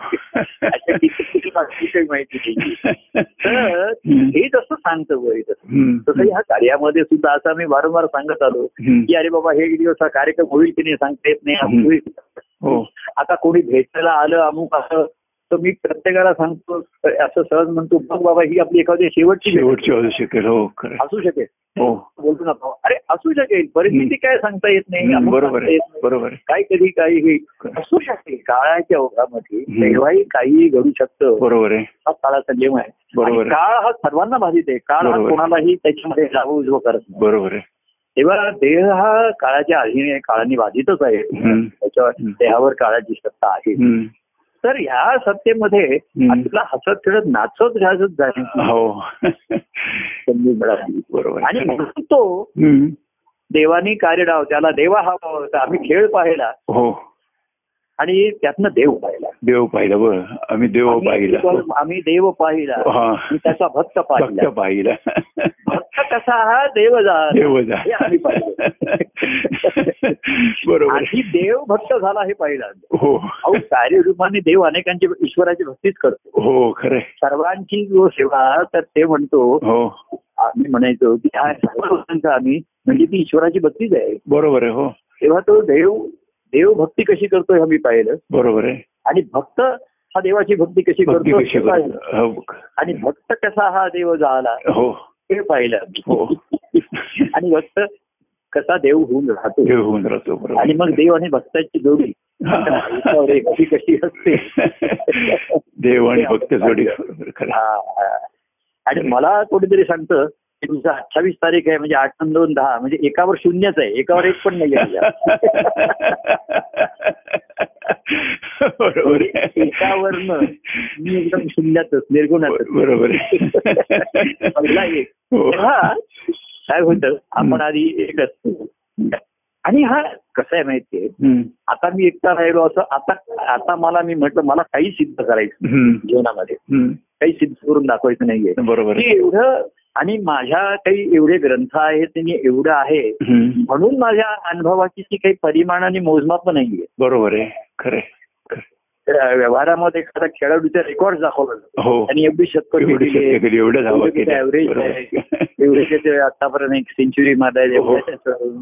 S3: अशा किती काही माहिती नाही. तर
S2: हम्म.
S3: हे जसं सांगतं वय तसं
S2: हम्म.
S3: तसं ह्या कार्यामध्ये सुद्धा असं आम्ही वारंवार सांगत आलो
S2: हम्म.
S3: की अरे बाबा हे एक दिवस हा कार्यक्रम होईल की नाही सांगता येत नाही
S2: हम्म.
S3: होईल.
S2: हो
S3: आता कोणी भेटायला आलं अमुक असं तर मी प्रत्येकाला सांगतो असं सहज म्हणतो बघ बाबा ही आपली एखादी शेवटची भेट
S2: शेवटची असू शकेल हो खरं आहे.
S3: असू शकेल
S2: हो
S3: बोलतो नका अरे असू शकेल परिस्थिती काय सांगता येत नाही
S2: हम्म,
S3: आपण
S2: बरोबर
S3: सांगता
S2: आहे
S3: येत नाही.
S2: बरोबर आहे
S3: काय कधी काही हे असू शकते काळाच्या ओघामध्ये
S2: हम्म.
S3: तेव्हाही काहीही घडू शकतं
S2: बरोबर आहे
S3: हा काळाचा नियम आहे
S2: बरोबर
S3: आणि काळ हा सर्वांना बाधित आहे काळ हा
S2: बरोबर.
S3: कोणालाही त्याच्यामध्ये डावं उजवं करत नाही
S2: बरोबर आहे
S3: तेव्हा देह हा काळाच्या अधीन आहे काळाने बाधितच आहे
S2: हम्म.
S3: त्याच्यावर
S2: हम्म.
S3: देहावर काळाची सत्ता आहे
S2: हम्म.
S3: तर ह्या सत्तेमध्ये
S2: हम्म.
S3: आपला हसत खेळत नाचत गाजत जाण्याची
S2: हो
S3: संधी मिळाली
S2: बरोबर
S3: आणि
S2: आहे.
S3: म्हणून तो
S2: हम्म.
S3: देवानी कार्य डाव त्याला देवा हवा होता आम्ही खेळ पाहिला
S2: हो
S3: आणि त्यातनं देव पाहिला
S2: देव पाहिला बर आम्ही देव
S3: आम्ही
S2: हो, पाहिला हो.
S3: देव- आम्ही देव पाहिला
S2: हा
S3: आणि त्याचा भक्त
S2: फक्त
S3: पाहिला
S2: पाहिला
S3: भक्त कसा हा देव
S2: देव
S3: झाला
S2: जा
S3: हे आम्ही पाहिलं.
S2: बरोबर आहे.
S3: आधी देव भक्त झाला हे पाहिला
S2: हो
S3: अहो कार्यरूपाने देव अनेकांची ईश्वराची भक्तीच करतो
S2: हो खरंय
S3: सर्वांची जो सेवा तर ते म्हणतो
S2: हो
S3: आम्ही म्हणायचो की हा सर्व लोकांचा आम्ही म्हणजे ती ईश्वराची भक्तीच आहे
S2: बरोबर आहे हो
S3: तेव्हा तो देव देव भक्ती कशी करतो हे आम्ही पाहिलं
S2: बरोबर आहे
S3: आणि भक्त हा देवाची भक्ती कशी
S2: भक्ती
S3: करतो
S2: कशी
S3: हे पाहिलं.
S2: करतो
S3: आणि भक्त कसा हा देव झाला
S2: हो
S3: हे पाहिलं आम्ही.
S2: हो
S3: आणि भक्त कसा देव होऊन राहतो
S2: देव होऊन राहतो बरोबर
S3: आणि मग देव आणि भक्ताची जोडी आयुष्यावर एक अशी कशी असते
S2: देव आणि भक्त जोडी बरोबर खरं
S3: हा, हा. आणि मला कोणीतरी सांगतं की तुमचा अठ्ठावीस तारीख आहे म्हणजे आठ आणि दोन दहा म्हणजे एकावर शून्यच आहे एकावर एक पण नाही आहे
S2: बरोबर आहे.
S3: एकावरनं मी एकदम शून्यातच निर्गुणातच
S2: बरोबर आहे.
S3: पहिला एक
S2: हो.
S3: तेव्हा काय होतं आपण आधी एक असतो आणि हा कसं आहे माहितीये
S2: हम्म.
S3: आता मी एकटा राहिलो असं आता आता मला मी म्हटलं मला काही सिद्ध करायचं
S2: हम्म.
S3: जीवनामध्ये
S2: हम्म.
S3: काही सिद्ध करून दाखवायचं नाहीये
S2: बरोबर
S3: मी एवढं आणि माझ्या काही एवढे ग्रंथ आहेत आणि एवढं आहे
S2: हम्म.
S3: म्हणून माझ्या अनुभवाची जी काही परिमाण आणि मोजमाप नाहीये
S2: बरोबर आहे खरे
S3: तर व्यवहारामध्ये एखादा खेळाडूचा रेकॉर्ड दाखवला जातो
S2: हो
S3: आणि एवढी शतकं
S2: एवढी
S3: केली
S2: शक्य केली एवढं धावा केल्या.
S3: ऍव्हरेज
S2: बरोबर.
S3: आहे एवढे त्याचे आतापर्यंत एक सेंचुरी मारलाय
S2: हो.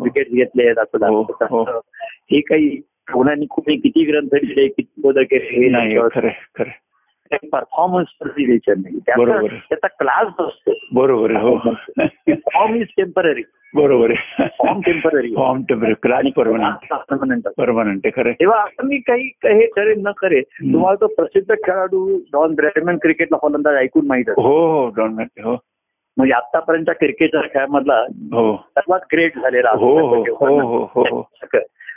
S3: विकेट घेतले आहेत असं
S2: हो,
S3: दाखवतात.
S2: हो.
S3: हे काही कोणाने कुठे किती ग्रंथ लिहिले किती बोधक केले
S2: नाही
S3: हे
S2: खरे खरे
S3: परफॉर्मन्स रिलेशन नाही त्याचा
S2: बरोबर.
S3: त्याचा क्लास असतो
S2: बरोबर आहे हो
S3: फॉर्म इज टेम्पररी
S2: बरोबर आहे
S3: form temporary
S2: form temporary class permanent
S3: permanent
S2: permanent आहे खरे
S3: तेव्हा आता मी काही हे करेन न करे तुम्हाला तो प्रसिद्ध खेळाडू डॉन ब्रॅडमॅन क्रिकेटला फलंदाज ऐकून माहित
S2: हो
S3: आहे
S2: हो डॉनमेंट हो
S3: म्हणजे आतापर्यंतच्या क्रिकेटच्या खेळामधला
S2: हो
S3: सर्वात ग्रेट झालेला
S2: हो, हो, हो, हो, हो, हो. हो.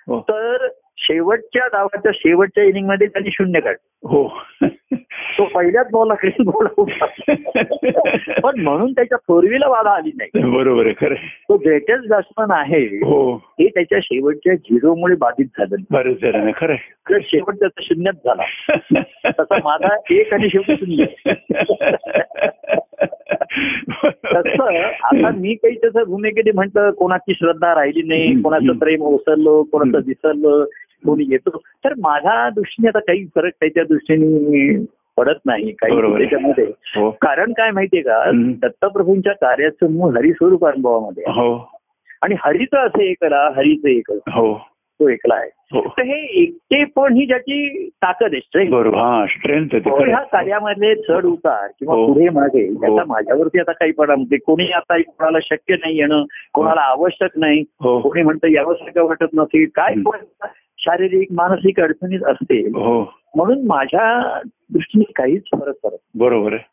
S3: हो तर शेवटच्या डावाच्या शेवटच्या इनिंग मध्ये त्यांनी शून्य काढ
S2: हो
S3: तो पहिल्याच बॉलला क्रीज बॉल पण म्हणून त्याच्या फोरवीला बाधा आली नाही
S2: बरोबर आहे खरे
S3: तो ग्रेटेस्ट बॅट्समन आहे
S2: हो
S3: हे त्याच्या शेवटच्या झिरोमुळे बाधित झालं
S2: बरेच जण खरे
S3: तर शेवट त्याचा शून्यच झाला तसा माझा एक आणि शेवटी शून्य तसं आता मी काही त्याचं भूमिकेने म्हटलं कोणाची श्रद्धा राहिली नाही
S2: हम्म,
S3: कोणाचं
S2: हम्म.
S3: प्रेम ओसरलं कोणाचं
S2: हम्म.
S3: विसरलं कोणी येतो तर माझ्या दृष्टीने आता काही फरक त्याच्या दृष्टीने पडत नाही काही
S2: बरोबर आहे.
S3: त्याच्यामध्ये
S2: हो
S3: कारण काय माहितीये का
S2: हम्म.
S3: दत्तप्रभूंच्या कार्याचं मूळ हरिस्वरूप अनुभवामध्ये आहे.
S2: हो
S3: आणि हरीचं असं एकला हरीचं एक
S2: हो
S3: तो एकला आहे
S2: हो
S3: तर हे एकटे पण ही ज्याची ताकद आहे strength.
S2: बरोबर हा स्ट्रेंथ आहे
S3: तो ह्या
S2: खरं
S3: कार्यामध्ये चढ उतार किंवा
S2: हो.
S3: पुढे मागे
S2: हो.
S3: त्याचा माझ्यावरती आता काही परिणाम ते कोणी आता कोणाला शक्य नाही येणं कोणाला आवश्यक नाही
S2: हो
S3: कोणी म्हणतं यावंसारखं वाटत नसेल काय
S2: हम्म.
S3: पण शारीरिक मानसिक अडचणीत असते
S2: हो
S3: म्हणून माझ्या दृष्टीने काहीच फरक पडत नाही.
S2: बरोबर आहे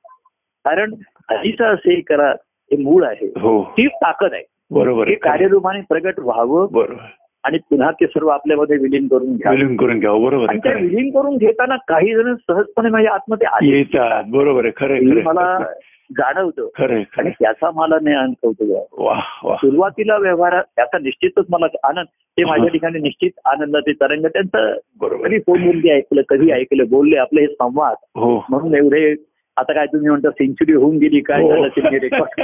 S3: कारण हरीचं असे करा हे मूळ आहे
S2: हो
S3: ती ताकद आहे
S2: बरोबर
S3: हे
S2: आहे खरं.
S3: कार्यरूपाने प्रगट व्हावं
S2: बरोबर
S3: आणि पुन्हा ते सर्व आपल्यामध्ये विलीन करून घ्या
S2: विलीन करून घ्या हो, बरोबर
S3: आणि
S2: आहे
S3: ते
S2: खरं.
S3: विलीन करून घेताना काही जण सहजपणे माझ्या आतमध्ये आले
S2: येतात बरोबर आहे खरे
S3: हे
S2: खरे
S3: मला जाणवतं
S2: खरे
S3: आणि
S2: खरे
S3: त्याचा मला नाही अनुभवतो
S2: वा वा
S3: सुरुवातीला व्यवहार त्याचा निश्चितच मला आनंद ते माझ्या
S2: हा.
S3: ठिकाणी निश्चित आनंदाचे तरंग त्यांचं
S2: बरोबर
S3: कधी फोन बोलते ऐकलं कधी ऐकलं बोलले आपले हे संवाद
S2: हो
S3: म्हणून एवढे आता काय तुम्ही म्हणता सेंचुरी होऊन गेली काय
S2: हो.
S3: झालं ते मी रेकॉर्ड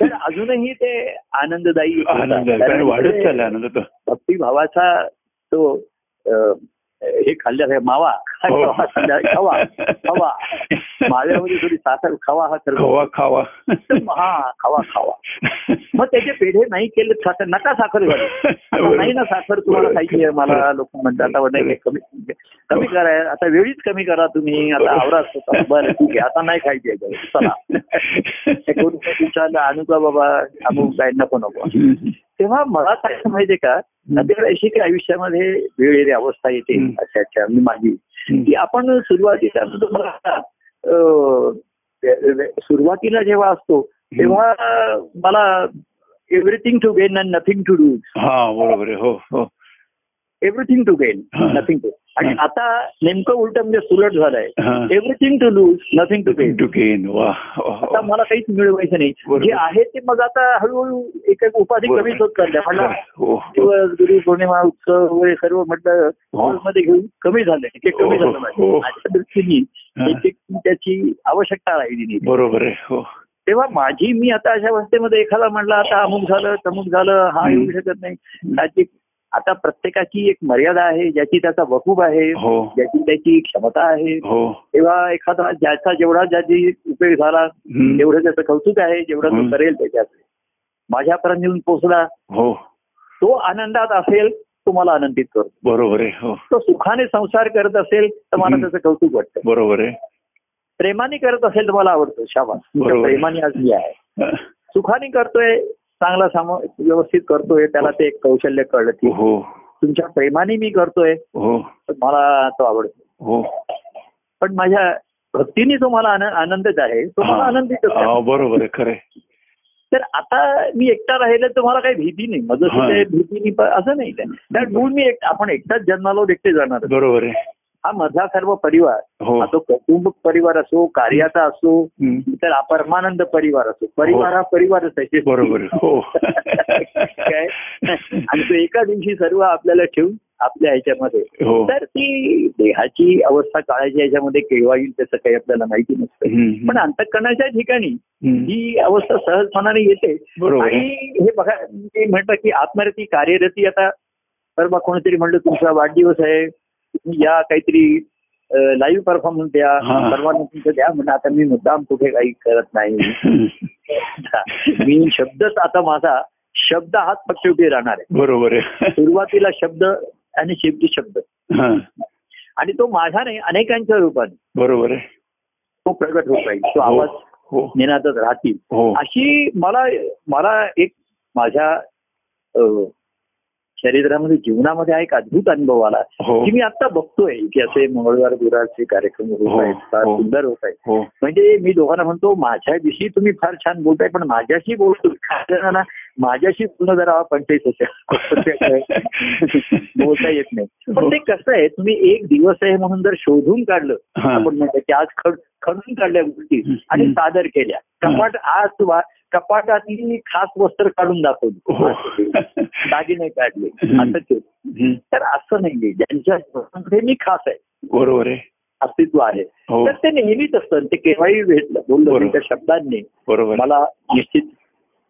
S3: तर अजूनही ते आनंददायी होता.
S2: आनंद आहे.
S3: कारण
S2: कारण वाढत
S3: ते
S2: चालला आनंद तो
S3: भक्तिभावाचा तो अं, हे खाल्ल्या मावा
S2: हो.
S3: खवा खवा माव्यामध्ये थोडी साखर खवा हा तर
S2: खवा खावा
S3: हा खवा खवा मग त्याचे पेढे नाही केले साखर नका साखर घालू. आता नाही ना साखर तुम्हाला
S2: बरोबर.
S3: खायची आहे मला लोक म्हणतात आता नाही नाही, कमी म्हणजे कमी करा आता वेळीच कमी करा तुम्ही आता
S2: बरोबर.
S3: आवरा स्वतः. बरं ठीक आहे आता नाही खायची आहे चला ते कोणी पण विचारलं आणू का बाबा अमुक काय नको नको तेव्हा मला काय माहितीये का आपल्याकडे अशी काही आयुष्यामध्ये वेळेरी अवस्था येते
S2: हम्म.
S3: अशा अशा मी माझी की आपण सुरुवातीला सुद्धा मला आता, अं, वे- वे- सुरुवातीला जेव्हा असतो तेव्हा मला everything to gain and nothing to do
S2: हा बरोबर आहे हो हो
S3: एव्हरीथिंग टू गेन
S2: हा.
S3: नथिंग टू आणि
S2: हा.
S3: आता नेमकं उलट म्हणजे सुलट झालंय
S2: हा.
S3: Everything to lose nothing to gain
S2: to gain वा वा,
S3: आता
S2: वा.
S3: मला काहीच मिळवायचं नाही
S2: बरोबर.
S3: जे आहे ते मग आता हळूहळू एक एक उपाधी
S2: बरोबर.
S3: कमीच होत चालल्या मला
S2: हो हो.
S3: दिवस गुरु पौर्णिमा उत्सव वगैरे सर्व म्हटलं
S2: हो.
S3: हॉलमध्ये घेऊन कमी झालं एक एक कमी
S2: हो,
S3: झालं
S2: हो.
S3: माझं. माझ्या दृष्टीने
S2: हा.
S3: एक एक त्याची आवश्यकता राहिली नाही
S2: बरोबर आहे हो
S3: तेव्हा माझी मी आता अशा अवस्थेमध्ये एखादा म्हणला आता अमुक झालं तमुक झालं हा
S2: हम्म.
S3: येऊ शकत नाही त्याची आता प्रत्येकाची एक मर्यादा आहे ज्याची त्याचा वकूब आहे
S2: हो
S3: ज्याची त्याची क्षमता आहे
S2: हो
S3: तेव्हा एखादा ज्याचा जेवढा ज्याची उपयोग झाला
S2: हम्म.
S3: जेवढं त्याचं कौतुक आहे जेवढं तो
S2: हम्म.
S3: करेल त्याच्यात माझ्यापर्यंत येऊन पोहोचला
S2: हो
S3: तो आनंदात असेल तो मला आनंदित करतो
S2: बरोबर आहे हो
S3: तो सुखाने संसार करत असेल तर मला
S2: हम्म.
S3: त्याचं कौतुक वाटतं
S2: बरोबर आहे
S3: प्रेमाने करत असेल तर मला आवडतं शाबास तुमच्या
S2: बरोबर.
S3: प्रेमाने आज मी आहे
S2: हा.
S3: सुखाने करतोय चांगला साम व्यवस्थित करतोय त्याला ते एक कौशल्य कळलं की
S2: हो
S3: तुमच्या प्रेमाने मी करतोय
S2: हो
S3: तर मला तो आवडतो
S2: हो
S3: पण माझ्या भक्तीने जो मला आन- आनंदित आहे तो मला
S2: हा.
S3: आनंदित
S2: हा, बरोबर आहे खरे
S3: तर आता मी एकटा राहिलं तर मला काही भीती नाही मग
S2: हा.
S3: जशी काही भीती नाही पण असं नाही काय. त्यामुळे मी एक आपण एकटाच जन्माला आहोत, एकटे जाणार
S2: बरोबर आहे
S3: हा मधला सर्व परिवार
S2: हो
S3: हा तो कुटुंब परिवार असो कार्याचा असो
S2: हम्म.
S3: तर हा परमानंद परिवार असो परिवार हा परिवारच आहे
S2: बरोबर हो
S3: काय आणि तो एका दिवशी सर्व आपल्याला ठेवून आपल्या ह्याच्यामध्ये
S2: हो
S3: तर ती देहाची अवस्था काळाची याच्यामध्ये केव्हा येईल त्याचं काही आपल्याला माहिती नसतं
S2: हम्म.
S3: पण अंतकरणाच्या ठिकाणी
S2: हम्म.
S3: ही अवस्था सहजपणाने येते
S2: बरोबर आहे.
S3: आणि हे बघा मी म्हणतात की आत्मरती कार्यरती आता परवा कोणीतरी म्हणलं तुमचा वाढदिवस आहे तुम्ही या काहीतरी लाईव्ह परफॉर्मन्स द्या
S2: हा.
S3: परवा तुमचं द्या म्हणून आता मी मुद्दाम कुठे काही करत नाही मी शब्दच आता माझा शब्द हाच फक्त शेवटी राहणार आहे
S2: बरोबर आहे
S3: सुरुवातीला शब्द आणि शेवटी शब्द
S2: हा.
S3: आणि तो माझ्या नाही अनेकांच्या रूपाने
S2: बरोबर आहे
S3: तो प्रगट होत राहील तो
S2: हो.
S3: आवाज
S2: हो
S3: निनादात राहतील
S2: हो
S3: अशी मला मला एक माझ्या अ, शरीरामध्ये जीवनामध्ये हा एक अद्भुत अनुभव आला
S2: हो
S3: की मी आता बघतोय की असे मंगळवार गुरुवारचे कार्यक्रम
S2: हो,
S3: होत आहेत फार
S2: हो.
S3: सुंदर होत आहेत
S2: हो
S3: म्हणजे मी दोघांना म्हणतो माझ्याविषयी तुम्ही फार छान बोलताय पण माझ्याशी बोलतो ना माझ्याशी पूर्ण जरा पंचायत होते बोलता येत
S2: हो.
S3: नाही पण ते कसं आहे तुम्ही एक दिवस आहे म्हणून जर शोधून काढलं
S2: हा.
S3: आपण म्हणतो की आज खड खडून काढल्या गोष्टी आणि
S2: हम्म.
S3: सादर केल्या
S2: हा.
S3: कपाट आज वा- कपाटातली खास वस्त्र काढून
S2: हो
S3: दाखवली दागिने काढले
S2: हम्म.
S3: असं केलं
S2: हम्म.
S3: तर असं नाहीये ज्यांच्या स्वतःमध्ये मी खास आहे
S2: बरोबर आहे
S3: अस्तित्व आहे
S2: हो
S3: तर ते नेहमीच असतं ते केव्हाही भेटलं बोललो
S2: बरोबर.
S3: मी त्या शब्दांनी
S2: बरोबर
S3: मला निश्चित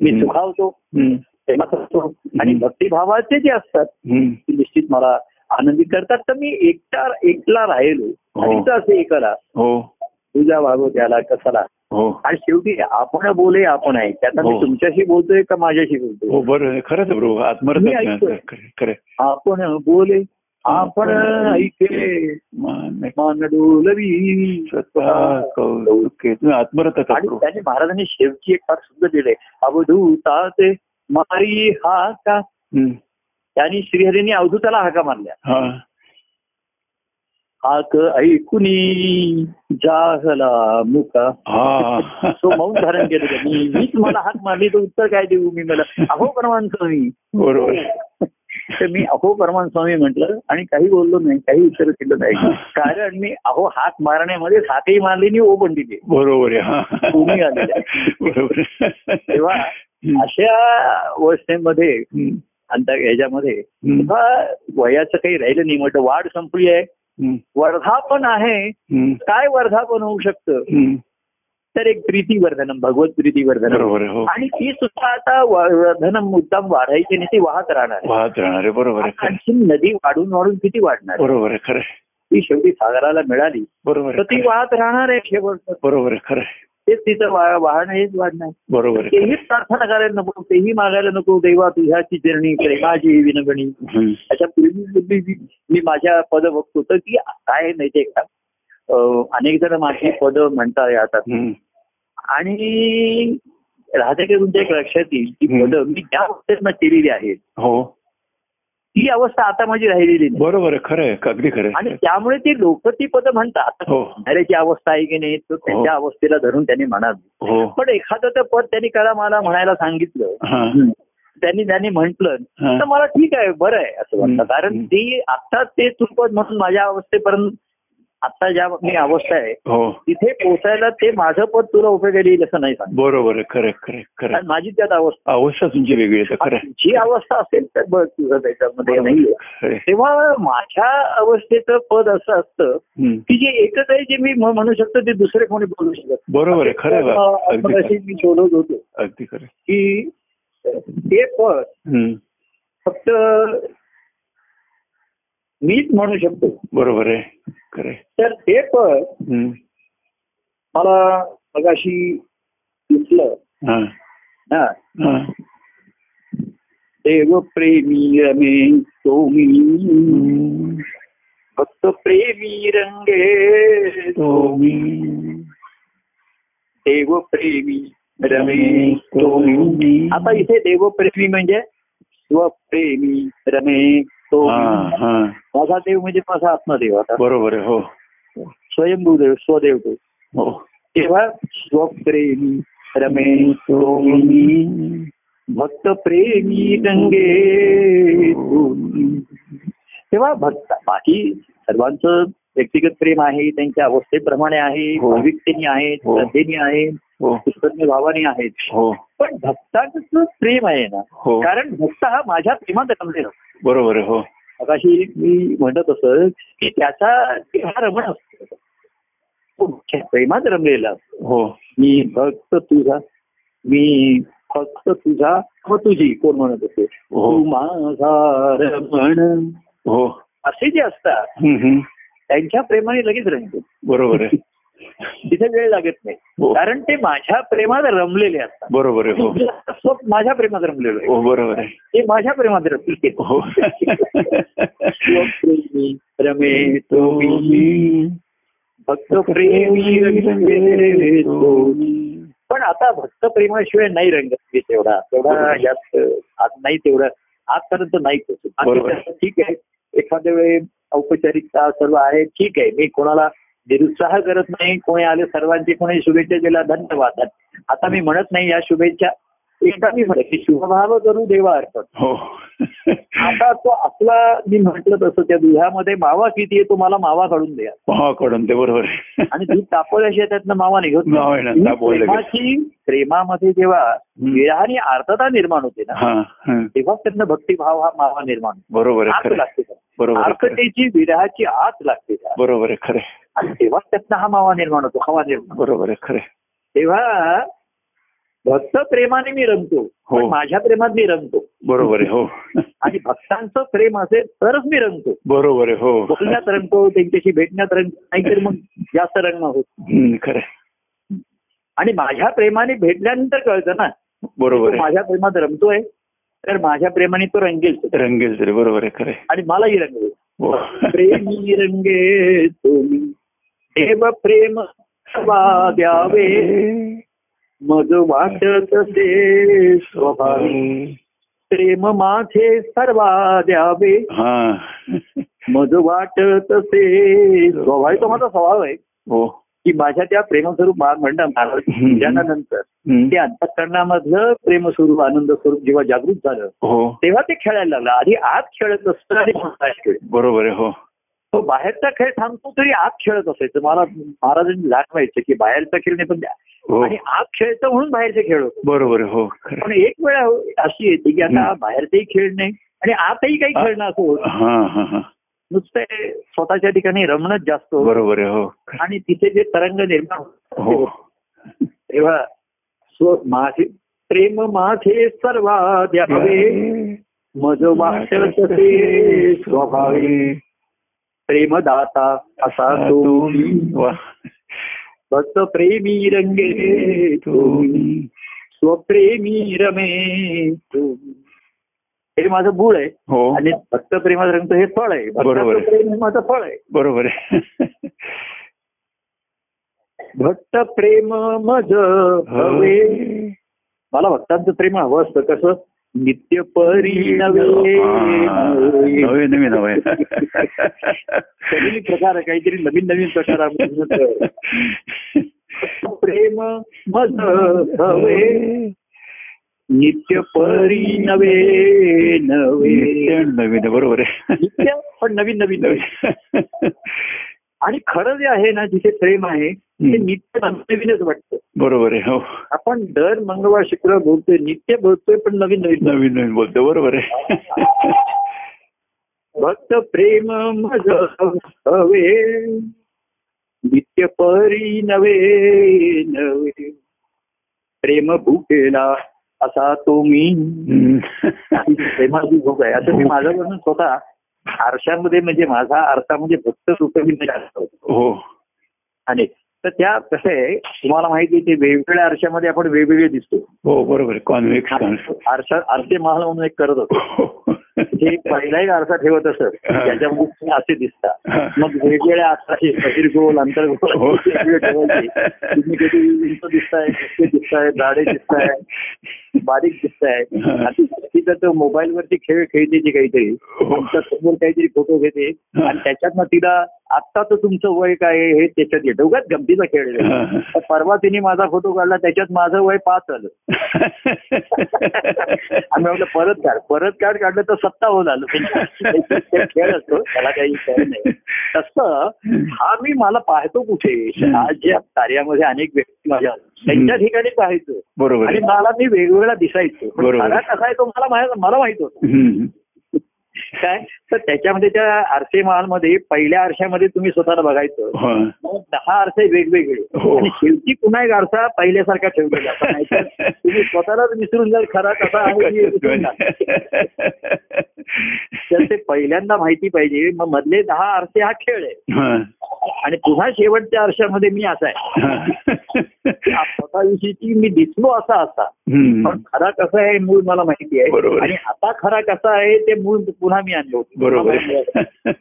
S3: मी
S2: हम्म.
S3: सुखावतो
S2: हम्म.
S3: प्रेमात असतो आणि
S2: हम्म.
S3: भक्तिभावाचे जे असतात
S2: हम्म.
S3: ते निश्चित मला आनंदी करतात तर मी एकटा एकला राहिलो आणि
S2: हो.
S3: तर असे एकाला
S2: हो
S3: तुझा वागो त्याला कसाला
S2: हो
S3: आणि शेवटी आपण बोले आपण आहे त्यात मी
S2: हो.
S3: तुमच्याशी बोलतोय का माझ्याशी बोलतोय
S2: हो बरं आहे. खरंच आहे बरोबर
S3: मी ऐकतोय.
S2: आत्मरथ खरे
S3: आपण बोले आपण
S2: आपण
S3: ऐके
S2: मान
S3: मान डोलवी
S2: स्वतः कौतुके तुम्ही आत्मरथ
S3: आणि
S2: करू
S3: त्याने महाराजांनी शेवटी एक फार सुंदर दिले अवधूता ते मारी हा का
S2: हम्म.
S3: त्यांनी श्रीहरीने अवधूताला हाका मारल्या
S2: हा
S3: हाक ऐकुनी जाहला मुका
S2: हा
S3: तो मौन धारण केलं त्यांनी मी तुम्हाला हाक मारली तर उत्तर काय देऊ मी मला अहो परमान स्वामी
S2: बरोबर आहे.
S3: तर मी अहो परमान स्वामी म्हटलं आणि काही बोललो नाही काही उत्तर दिलं नाही कारण मी अहो हात मारण्यामध्ये हातही मारली आणि ओ पण दिली
S2: बरोबर आहे हा
S3: तुम्ही आलेले.
S2: बरोबर आहे.
S3: तेव्हा
S2: हम्म.
S3: अशा अवस्थेमध्ये
S2: हम्म.
S3: अंत याच्यामध्ये
S2: हम्म.
S3: तेव्हा वयाचं काही राहिलं नाही म्हटलं वाढ संपली आहे
S2: हम्म.
S3: वर्धापन आहे
S2: हम्म.
S3: काय वर्धापन होऊ शकतं
S2: हम्म.
S3: तर एक प्रीती वर्धनम भगवत प्रीती वर्धनम
S2: बरोबर आहे हो
S3: आणि ती सुद्धा आता व- वर्धनम मुद्दाम वाढायची आणि ती वाहत राहणार आहे.
S2: वाहत राहणार आहे बरोबर आहे खरं आहे.
S3: आणखी नदी वाढून वाढून किती वाढणार आहे?
S2: बरोबर आहे खरं आहे.
S3: ती शेवटी सागराला मिळाली
S2: बरोबर
S3: तर
S2: आहे
S3: ती
S2: खरं आहे.
S3: वाहत राहणार आहे शेवट
S2: बरोबर आहे खरं आहे.
S3: तेच तिचं वा- वाहन हेच वाढणार
S2: बरोबर आहे
S3: तेही प्रार्थना करायला नको तेही मागायला नको देवा तुझ्याची चरणी प्रेमाची विनगणी
S2: हम्म.
S3: अशा पूर्वी पूर्वी जी- मी माझ्या पद बघतो तर ती काय माहितीये का अं, अनेक जण माझी पद म्हणता येतात
S2: हम्म.
S3: आणि राहते की तुमच्या एक लक्षात येईल की
S2: हम्म.
S3: पद मी ज्या अवस्थेतनं केलेली आहेत
S2: हो
S3: ती अवस्था आता माझी राहिलेली नाही
S2: बरोबर आहे खरं आहे अगदी खरं
S3: आणि
S2: आहे.
S3: त्यामुळे ती लोक ती पद म्हणतात
S2: हो
S3: म्हाऱ्याची अवस्था आहे की नाही तो त्याच्या अवस्थेला धरून त्याने म्हणावी
S2: हो
S3: पण एखादं तर पद त्यांनी करा मला म्हणायला सांगितलं
S2: हा
S3: त्यांनी त्याने म्हटलं
S2: हा.
S3: तर मला ठीक आहे बरं आहे असं वाटतं
S2: हम्म.
S3: कारण ती आता ते तुपद म्हणून माझ्या अवस्थेपर्यंत आता ज्या मी अवस्था आहे
S2: हो
S3: तिथे पोहोचायला ते माझं पद तुला उपयोगाला येईल असं नाही सांगत
S2: बरोबर आहे खरं आहे, खरं आहे, खरं आहे.
S3: कारण माझी त्यात अवस्था
S2: अवस्था तुमची वेगळी आहे तर खरं आहे.
S3: आणि जी अवस्था असेल तर बघ तुझं त्याच्यामध्ये
S2: बरोबर
S3: नाहीये
S2: आहे, खरं आहे.
S3: तेव्हा माझ्या अवस्थेचं पद असं असतं
S2: हम्म.
S3: की जे एकच आहे जे मी म- म्हणू शकतो ते दुसरे कोणी बोलू शकत नाही.
S2: बरोबर आहे खरं आहे
S3: तर,
S2: बा.
S3: अ,
S2: अगदी
S3: मगाशी
S2: खरं.
S3: मी बोलत होतो
S2: अगदी खरं आहे.
S3: की ते पद
S2: हम्म.
S3: फक्त मीच म्हणू शकतो
S2: बरोबर आहे खरं आहे.
S3: तर ते पद
S2: हम्म.
S3: मला मगाशी दिसलं
S2: हा.
S3: ना
S2: हा.
S3: देव प्रेमी रमे सोमी
S2: हम्म.
S3: भक्त प्रेमी रंगे
S2: तो मी
S3: देव प्रेमी रमे
S2: रमेश तो मी.
S3: आता इथे देवप्रेमी म्हणजे स्वप्रेमी रमे तो
S2: हा, हा.
S3: माझा देव म्हणजे माझा आत्मदेव आता
S2: बरोबर आहे हो
S3: स्वयंभू देव स्वदेव तो
S2: हो
S3: तेव्हा स्वप्रेमी रमे तो भक्त प्रेमी रंगे तेव्हा भक्त बाकी सर्वांचं व्यक्तिगत प्रेम आहे त्यांच्या अवस्थेप्रमाणे आहे
S2: हो.
S3: भाविकतेने आहे
S2: हो.
S3: श्रद्धेने आहे
S2: हो
S3: कृतज्ञ भावाने आहेत
S2: हो
S3: पण भक्ताचं प्रेम आहे ना
S2: हो
S3: कारण भक्त हा माझ्या प्रेमात रमलेला असतो.
S2: बरोबर आहे, हो
S3: मगाशी मी म्हणत असत की त्याचा तेव्हा रमण असतो तो माझ्या प्रेमात रमलेला असतो.
S2: हो
S3: मी भक्त तुझा मी फक्त तुझा व तुझी कोण म्हणत असेल
S2: हो.
S3: तू माझा रमण
S2: हो
S3: असे जे असतात
S2: हम्म, हम्म.
S3: त्यांच्या प्रेमाने लगेच रंगतो
S2: बरोबर आहे
S3: तिथे वेळ लागत
S2: हो.
S3: नाही कारण ते माझ्या प्रेमात रमलेले असतात
S2: बरोबर आहे हो
S3: स्वत माझ्या प्रेमात रमलेलो आहे
S2: हो बरोबर आहे
S3: ते माझ्या प्रेमात रमले
S2: हो
S3: स्वप्रेमी रमे तो मी
S2: तुम्ही
S3: भक्त प्रेमी रंगे तो मी. पण आता भक्त प्रेमाशिवाय नाही रंगत मी तेवढा तेवढा जास्त आज नाही तेवढा आजपर्यंत नाही तसं.
S2: बरोबर.
S3: बाकी ठीक आहे एखाद्या वेळे औपचारिकता सर्व आहे ठीक आहे मी कोणाला निरुत्साह करत नाही कोणी आले सर्वांचे कोणी शुभेच्छा दिल्या धन्यवाद आता मी म्हणत नाही या शुभेच्छा एकदा मी म्हणत की शुभभाव करू देवा अर्पण
S2: हो
S3: आता तो असला मी म्हटलं तसं त्या दुधामध्ये मावा किती आहे तो मला मावा काढून द्या
S2: हा कडून ते बरोबर आहे
S3: आणि दूध तापवल्याशिवाय त्यातनं मावा निघत
S2: नाही ना,
S3: ही
S2: तापवायला लागेल.
S3: प्रेमाची प्रेमामध्ये जेव्हा विळहानी अर्थता निर्माण होते ना
S2: हा हा.
S3: तेव्हा त्यांना भक्तिभाव हा मावा निर्माण होतो.
S2: बरोबर आहे
S3: आत
S2: खरं आहे.
S3: लागते त्याला.
S2: बरोबर आहे, खरं आहे.
S3: आर्थतेची विरहाची आत लागते त्याला.
S2: बरोबर आहे खरं आहे.
S3: आणि तेव्हा त्यातनं हा मावा निर्माण होतो हवा निर्माण होतो.
S2: बरोबर आहे खरं आहे.
S3: तेव्हा भक्त प्रेमाने मी रमतो
S2: हो.
S3: पण माझ्या प्रेमात मी रमतो
S2: बरोबर आहे हो
S3: आणि भक्तांचं प्रेम असेल तरच मी रमतो
S2: बरोबर आहे हो
S3: बोलण्यात रंगतो त्यांच्याशी भेटण्यात रंग नाहीतर मग जास्त रंग होत
S2: हम्म, खरं आहे.
S3: आणि माझ्या प्रेमाने भेटल्यानंतर कळतं ना तो
S2: बरोबर आहे
S3: माझ्या प्रेमात रमतोय तर माझ्या प्रेमाने तो रंगेल
S2: रंगेल तरी बरोबर आहे खरं आहे.
S3: आणि मलाही रंगवेल
S2: हो
S3: प्रेमी रंगे तुम्ही देव प्रेम वा द्यावे मज वाटत ते स्वभावी प्रेम माझे सर्वा द्यावे
S2: हा
S3: मज वाटत ते स्वभावी तो माझा स्वभाव आहे
S2: हो
S3: की माझ्या त्या प्रेमस्वरूप मा- म्हणणं महाराज
S2: हम्म.
S3: ज्ञानानंतर ते
S2: हम्म.
S3: अंतकरणामधलं प्रेमस्वरूप आनंद म्हणजे स्वरूप जेव्हा जागृत झालं
S2: हो
S3: तेव्हा ते खेळायला लागलं आधी आत खेळत असतं आणि मग बाहेर खेळ
S2: बरोबर आहे हो
S3: तो बाहेरचा खेळ थांबतो तरी आत खेळत असायचं मला महाराजांनी दाखवायचं की बाहेरचा खेळ नाही पण त्या-
S2: हो
S3: आणि आत खेळतं म्हणून बाहेरचे खेळ होतो
S2: बरोबर आहे हो खरं
S3: पण एक वेळा हो- अशी येते की आता
S2: हम्म.
S3: बाहेरचेही खेळ नाही आणि आतही काही
S2: आ-
S3: खेळणं असं होतं
S2: आहे. हा हा हा
S3: नुसतं स्वतःच्या ठिकाणी रमणच जास्त होतं.
S2: बरोबर आहे हो
S3: आणि तिथे जे तरंग निर्माण होतात, ते
S2: हो
S3: होतं. तेव्हा स्व माझे प्रेम माझे सर्वा द्यावे मज वाटत ते स्वभावे प्रेमदाता असा तो
S2: वा.
S3: भक्त प्रेमी रंगे तो
S2: हो.
S3: स्वप्रेमी रमे तो हे माझं मूळ आहे
S2: हो
S3: आणि भक्त प्रेमात रंगतो हे फळ आहे
S2: बरोबर आहे.
S3: भक्ताचं प्रेम हे माझं फळ आहे
S2: बरोबर आहे हो.
S3: भक्त प्रेम मज
S2: हो.
S3: हवे मला भक्तांचं प्रेम हवं असतं कसं नित्य परिणवे
S2: नवे नवे नवे
S3: नवीन प्रकार आहे, काहीतरी नवीन नवीन प्रकार आपण म्हणतोय. प्रेम मज हवे नित्य परिणवे नवे
S2: नवीन बरोबर आहे
S3: नित्य पण नवीन नवीन नवीन आणि खरं जे आहे ना जिथे प्रेम आहे ते
S2: हम्म.
S3: नित्य नवीनच वाटतं
S2: बरोबर आहे हो
S3: आपण दर मंगळवार शुक्रवार बोलतोय नित्य बोलतोय पण नवीन नवीन
S2: नवीन नवीन बोलतो बरोबर आहे
S3: भक्त प्रेम मज हवे नित्य परी नवे नवे प्रेम भूकेला असा तो मी
S2: हम्म.
S3: प्रेमाची भूक आहे असं मी माझं म्हणून स्वतः आरशामध्ये म्हणजे माझा आरसा म्हणजे भक्त रुपये
S2: हो
S3: आणि तर त्या कसं आहे तुम्हाला माहिती आहे ते वेगवेगळ्या आरशामध्ये आपण वेगवेगळे दिसतो
S2: हो बरोबर आहे कॉन्व्हेक्स
S3: आरसा आरसे महाल म्हणून एक करत होतो हे पहिलाही आरसा ठेवत असत त्याच्यामध्ये तुम्ही असे दिसतात मग वेगवेगळ्या आरसाचे बहिर्गोल अंतर्गोल
S2: हो.
S3: असे वेगवेगळे ठेवायचे तुम्ही कधी उंच दिसताय दिसताय दिसताय जाडे दिसताय बारीक दिसताय आणि तिथं तो
S2: हो.
S3: मोबाईल वरती खेळ खेळते जी काहीतरी आमच्या समोर काहीतरी फोटो घेते आणि त्याच्यातनं तिला आत्ता तर तुमचं वय काय आहे हे त्याच्यात येतं उगाच गमतीचा खेळ आहे. तर परवा तिने माझा फोटो काढला त्याच्यात माझं वय पाच आलं आम्ही म्हटलं परत काढ परत काढ काढलं तर सत्ता होऊन आलो खेळ असतो त्याला काही खेळ नाही तसं हा मी मला पाहतो कुठे आज ज्या कार्यामध्ये अनेक व्यक्ती माझ्या त्यांच्या ठिकाणी पाहायचो
S2: बरोबर
S3: आणि
S2: आहे.
S3: मला मी वेगवेगळा दिसायचो पण
S2: बरोबर.
S3: खरा कसा आहे तो मला माहित- मला माहित होतं
S2: हम्म.
S3: काय तर त्याच्यामध्ये त्या आरसे महालमध्ये पहिल्या आरशामध्ये तुम्ही स्वतःला बघायचं
S2: हा.
S3: मग दहा आरसे वेगवेगळे
S2: हो.
S3: आणि शेवटी पुन्हा एक आरसा पहिल्यासारखा ठेवलेला पण नाहीतर तुम्ही स्वतःलाच विसरून जाल खरा कसा आहे हे विसरून जाल. तर ते पहिल्यांदा माहिती पाहिजे मग मधले दहा आरसे हा खेळ आहे
S2: हा.
S3: आणि पुन्हा शेवटच्या आरशामध्ये मी असा आहे
S2: हा.
S3: हा स्वतःविषयीची मी दिसलो असा असा
S2: हम्म.
S3: पण खरा कसा आहे हे मूळ मला माहिती आहे
S2: बरोबर.
S3: आणि आता खरा कसा आहे ते मूळ पुन्हा मी आणलो
S2: बरोबर आहे.